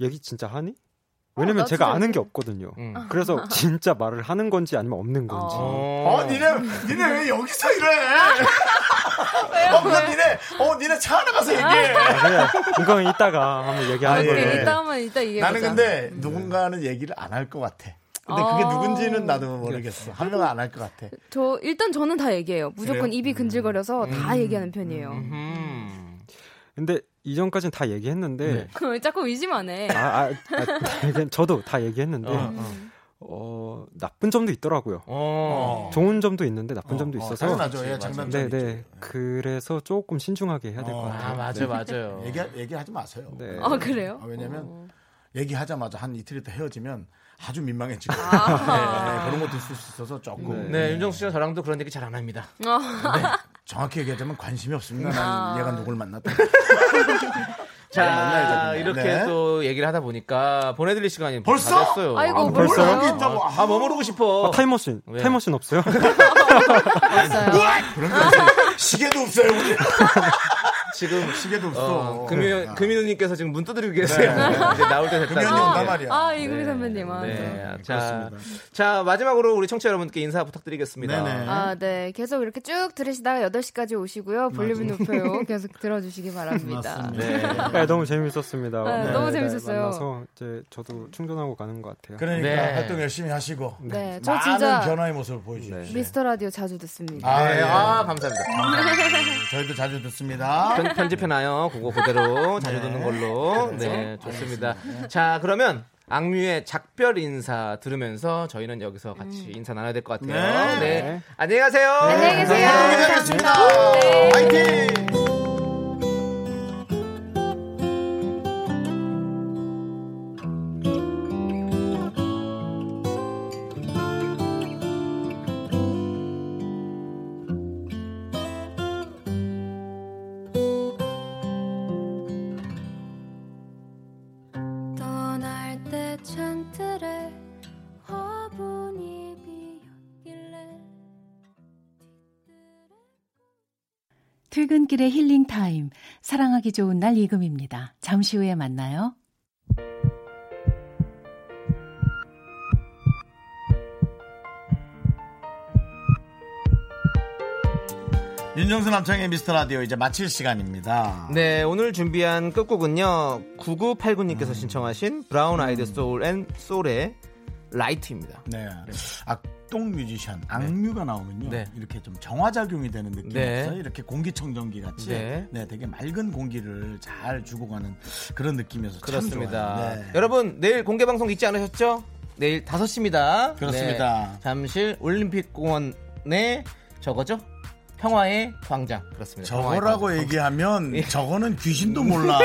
Speaker 4: 얘기 진짜 하니?
Speaker 10: 어,
Speaker 4: 왜냐면
Speaker 10: 나도
Speaker 4: 제가
Speaker 10: 잘
Speaker 4: 아는 게
Speaker 10: 모르겠네.
Speaker 4: 없거든요.
Speaker 2: 음.
Speaker 10: [LAUGHS]
Speaker 4: 그래서 진짜 말을 하는 건지 아니면 없는 건지.
Speaker 1: 어, 니네, 니네 왜 여기서
Speaker 10: [LAUGHS]
Speaker 1: 이래? 어, 그럼 니네, 어, 니네 차 하나 가서 얘기해.
Speaker 4: 아, 그래. 이건 이따가 한번 얘기하는 걸로.
Speaker 10: 이따 하면 이따
Speaker 1: 네.
Speaker 10: 얘기해.
Speaker 1: 나는
Speaker 10: 네.
Speaker 1: 근데 누군가는 얘기를 안 할 것 같아. 근데 그게
Speaker 10: 아.
Speaker 1: 누군지는 나도 모르겠어. 한 명은 안 할 것 같아.
Speaker 10: 저 일단 저는 다 얘기해요. 무조건
Speaker 1: 그래요? 음.
Speaker 10: 입이 근질거려서 다 얘기하는 편이에요.
Speaker 2: 음.
Speaker 4: 근데 이전까지는 다 얘기했는데
Speaker 10: [LAUGHS] 그럼 왜 자꾸 의심하네. [LAUGHS]
Speaker 4: 아, 아, 아, [LAUGHS] 다 얘기- 저도 다 얘기했는데
Speaker 10: 어,
Speaker 4: 어,
Speaker 10: 어.
Speaker 4: 나쁜 점도 있더라고요.
Speaker 2: 어.
Speaker 4: 좋은 점도 있는데 나쁜
Speaker 2: 어,
Speaker 4: 점도
Speaker 2: 어,
Speaker 4: 있어서
Speaker 2: 당연하죠. 예, 장단점이
Speaker 4: 네네 그래서 조금 신중하게 해야
Speaker 2: 어,
Speaker 4: 될 것 같아요. 네.
Speaker 2: [LAUGHS]
Speaker 1: 얘기, 얘기하지 마세요. 어,
Speaker 4: 네.
Speaker 10: 아, 그래요?
Speaker 1: 왜냐면
Speaker 2: 어.
Speaker 1: 얘기하자마자 한 이틀 있다 헤어지면 아주 민망해지고
Speaker 2: 아.
Speaker 1: 네, 네, 그런 것도 있을 수 있어서 조금
Speaker 2: 네, 윤정수 씨랑 저랑도 그런 얘기 잘 안 합니다.
Speaker 10: 아,
Speaker 1: 정확히 얘기하자면 관심이 없습니다.
Speaker 2: 아.
Speaker 1: 난 얘가 누굴 만났다.
Speaker 2: 자,
Speaker 1: 만나야 되겠네.
Speaker 2: 이렇게
Speaker 1: 네.
Speaker 2: 또 얘기를 하다 보니까 보내드릴 시간이
Speaker 1: 벌써?
Speaker 2: 다 됐어요.
Speaker 1: 아이고, 아, 벌써요? 벌써요? 여기 있다고.
Speaker 2: 아, 아, 머무르고 싶어.
Speaker 4: 아, 타임머신
Speaker 2: 왜? [LAUGHS]
Speaker 4: 타임머신 없어요?
Speaker 1: 아, 그런 게 없어요. 시계도 없어요. 우리.
Speaker 2: 지금
Speaker 1: 시계도 없어.
Speaker 2: 어, 금유 금유님께서 지금 문 두드리고 계세요. [LAUGHS] 이제 나올 때 됐다.
Speaker 1: 네. 금연이 온단 말이야.
Speaker 10: 아, 이구리 선배님. 아, 네.
Speaker 2: 네, 자, 자 마지막으로 우리 청취자 여러분께 인사 부탁드리겠습니다.
Speaker 10: 아, 네. 계속 이렇게 쭉 들으시다가 8시까지 오시고요. 볼륨을
Speaker 2: 맞아요.
Speaker 1: [LAUGHS]
Speaker 10: 높여요. 계속 들어주시기 바랍니다.
Speaker 4: 네. 네, 너무 재밌었습니다.
Speaker 10: 네,
Speaker 4: 오늘
Speaker 10: 너무
Speaker 4: 네,
Speaker 10: 재밌었어요.
Speaker 4: 만나서 이제 저도 충전하고 가는 것 같아요.
Speaker 1: 그러니까
Speaker 2: 네.
Speaker 1: 활동 열심히 하시고
Speaker 10: 네, 저
Speaker 1: 많은
Speaker 10: 진짜-
Speaker 1: 변화의 모습을
Speaker 2: 네.
Speaker 1: 보여주십시오.
Speaker 10: 미스터 라디오 자주 듣습니다.
Speaker 1: 아, 예. 아,
Speaker 2: 감사합니다.
Speaker 1: 저희도 자주 듣습니다.
Speaker 2: 편, 편집해놔요. 그거 그대로 자주
Speaker 1: 네.
Speaker 2: 듣는 걸로. 네,
Speaker 1: 그렇죠.
Speaker 2: 좋습니다.
Speaker 1: 알겠습니다.
Speaker 2: 자, 그러면 악뮤의 작별 인사 들으면서 저희는 여기서 같이 인사 나눠야 될 것 같아요.
Speaker 1: 네.
Speaker 2: 네. 안녕히 가세요.
Speaker 1: 음.
Speaker 2: 네.
Speaker 1: 안녕히 계세요.
Speaker 2: 감사합니다.
Speaker 1: 화이팅!
Speaker 14: 떠날 때 찬틀에 화분이 비었길래
Speaker 13: 퇴근길의 힐링 타임. 사랑하기 좋은 날 이금입니다. 잠시 후에 만나요.
Speaker 1: 윤정수 남창의 미스터 라디오 이제 마칠 시간입니다.
Speaker 2: 네, 오늘 준비한 끝곡은요. 9989님께서 신청하신 브라운 아이드 소울 앤 소울의 라이트입니다.
Speaker 1: 네. 악동 뮤지션, 악뮤가 나오면요.
Speaker 2: 네.
Speaker 1: 이렇게 좀 정화작용이 되는 느낌이
Speaker 2: 네.
Speaker 1: 없어요. 이렇게 공기청정기 같이.
Speaker 2: 네.
Speaker 1: 네. 되게 맑은 공기를 잘 주고 가는 그런 느낌이어서 참
Speaker 2: 그렇습니다.
Speaker 1: 좋아요. 네.
Speaker 2: 여러분 내일 공개 방송 잊지 않으셨죠? 내일 5시입니다. 네.
Speaker 1: 그렇습니다.
Speaker 2: 잠실 올림픽공원의 저거죠? 평화의 광장. 그렇습니다.
Speaker 1: 저거라고
Speaker 2: 예.
Speaker 1: 얘기하면 저거는 귀신도
Speaker 2: [LAUGHS]
Speaker 1: 몰라.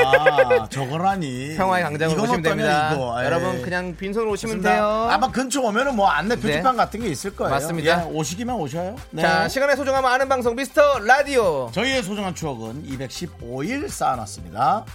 Speaker 1: 저거라니.
Speaker 2: 평화의 광장으로
Speaker 1: 이건
Speaker 2: 오시면
Speaker 1: 어떠냐,
Speaker 2: 됩니다.
Speaker 1: 이거. 예.
Speaker 2: 여러분 그냥 빈손으로 오시면
Speaker 1: 좋습니다.
Speaker 2: 돼요.
Speaker 1: 아마 근처 오면은 뭐 안내
Speaker 2: 네.
Speaker 1: 표지판 같은 게 있을 거예요.
Speaker 2: 맞습니다.
Speaker 1: 예, 오시기만 오셔요. 네.
Speaker 2: 자, 시간의 소중함 아는 방송 미스터 라디오.
Speaker 1: 저희의 소중한 추억은 215일 쌓아놨습니다.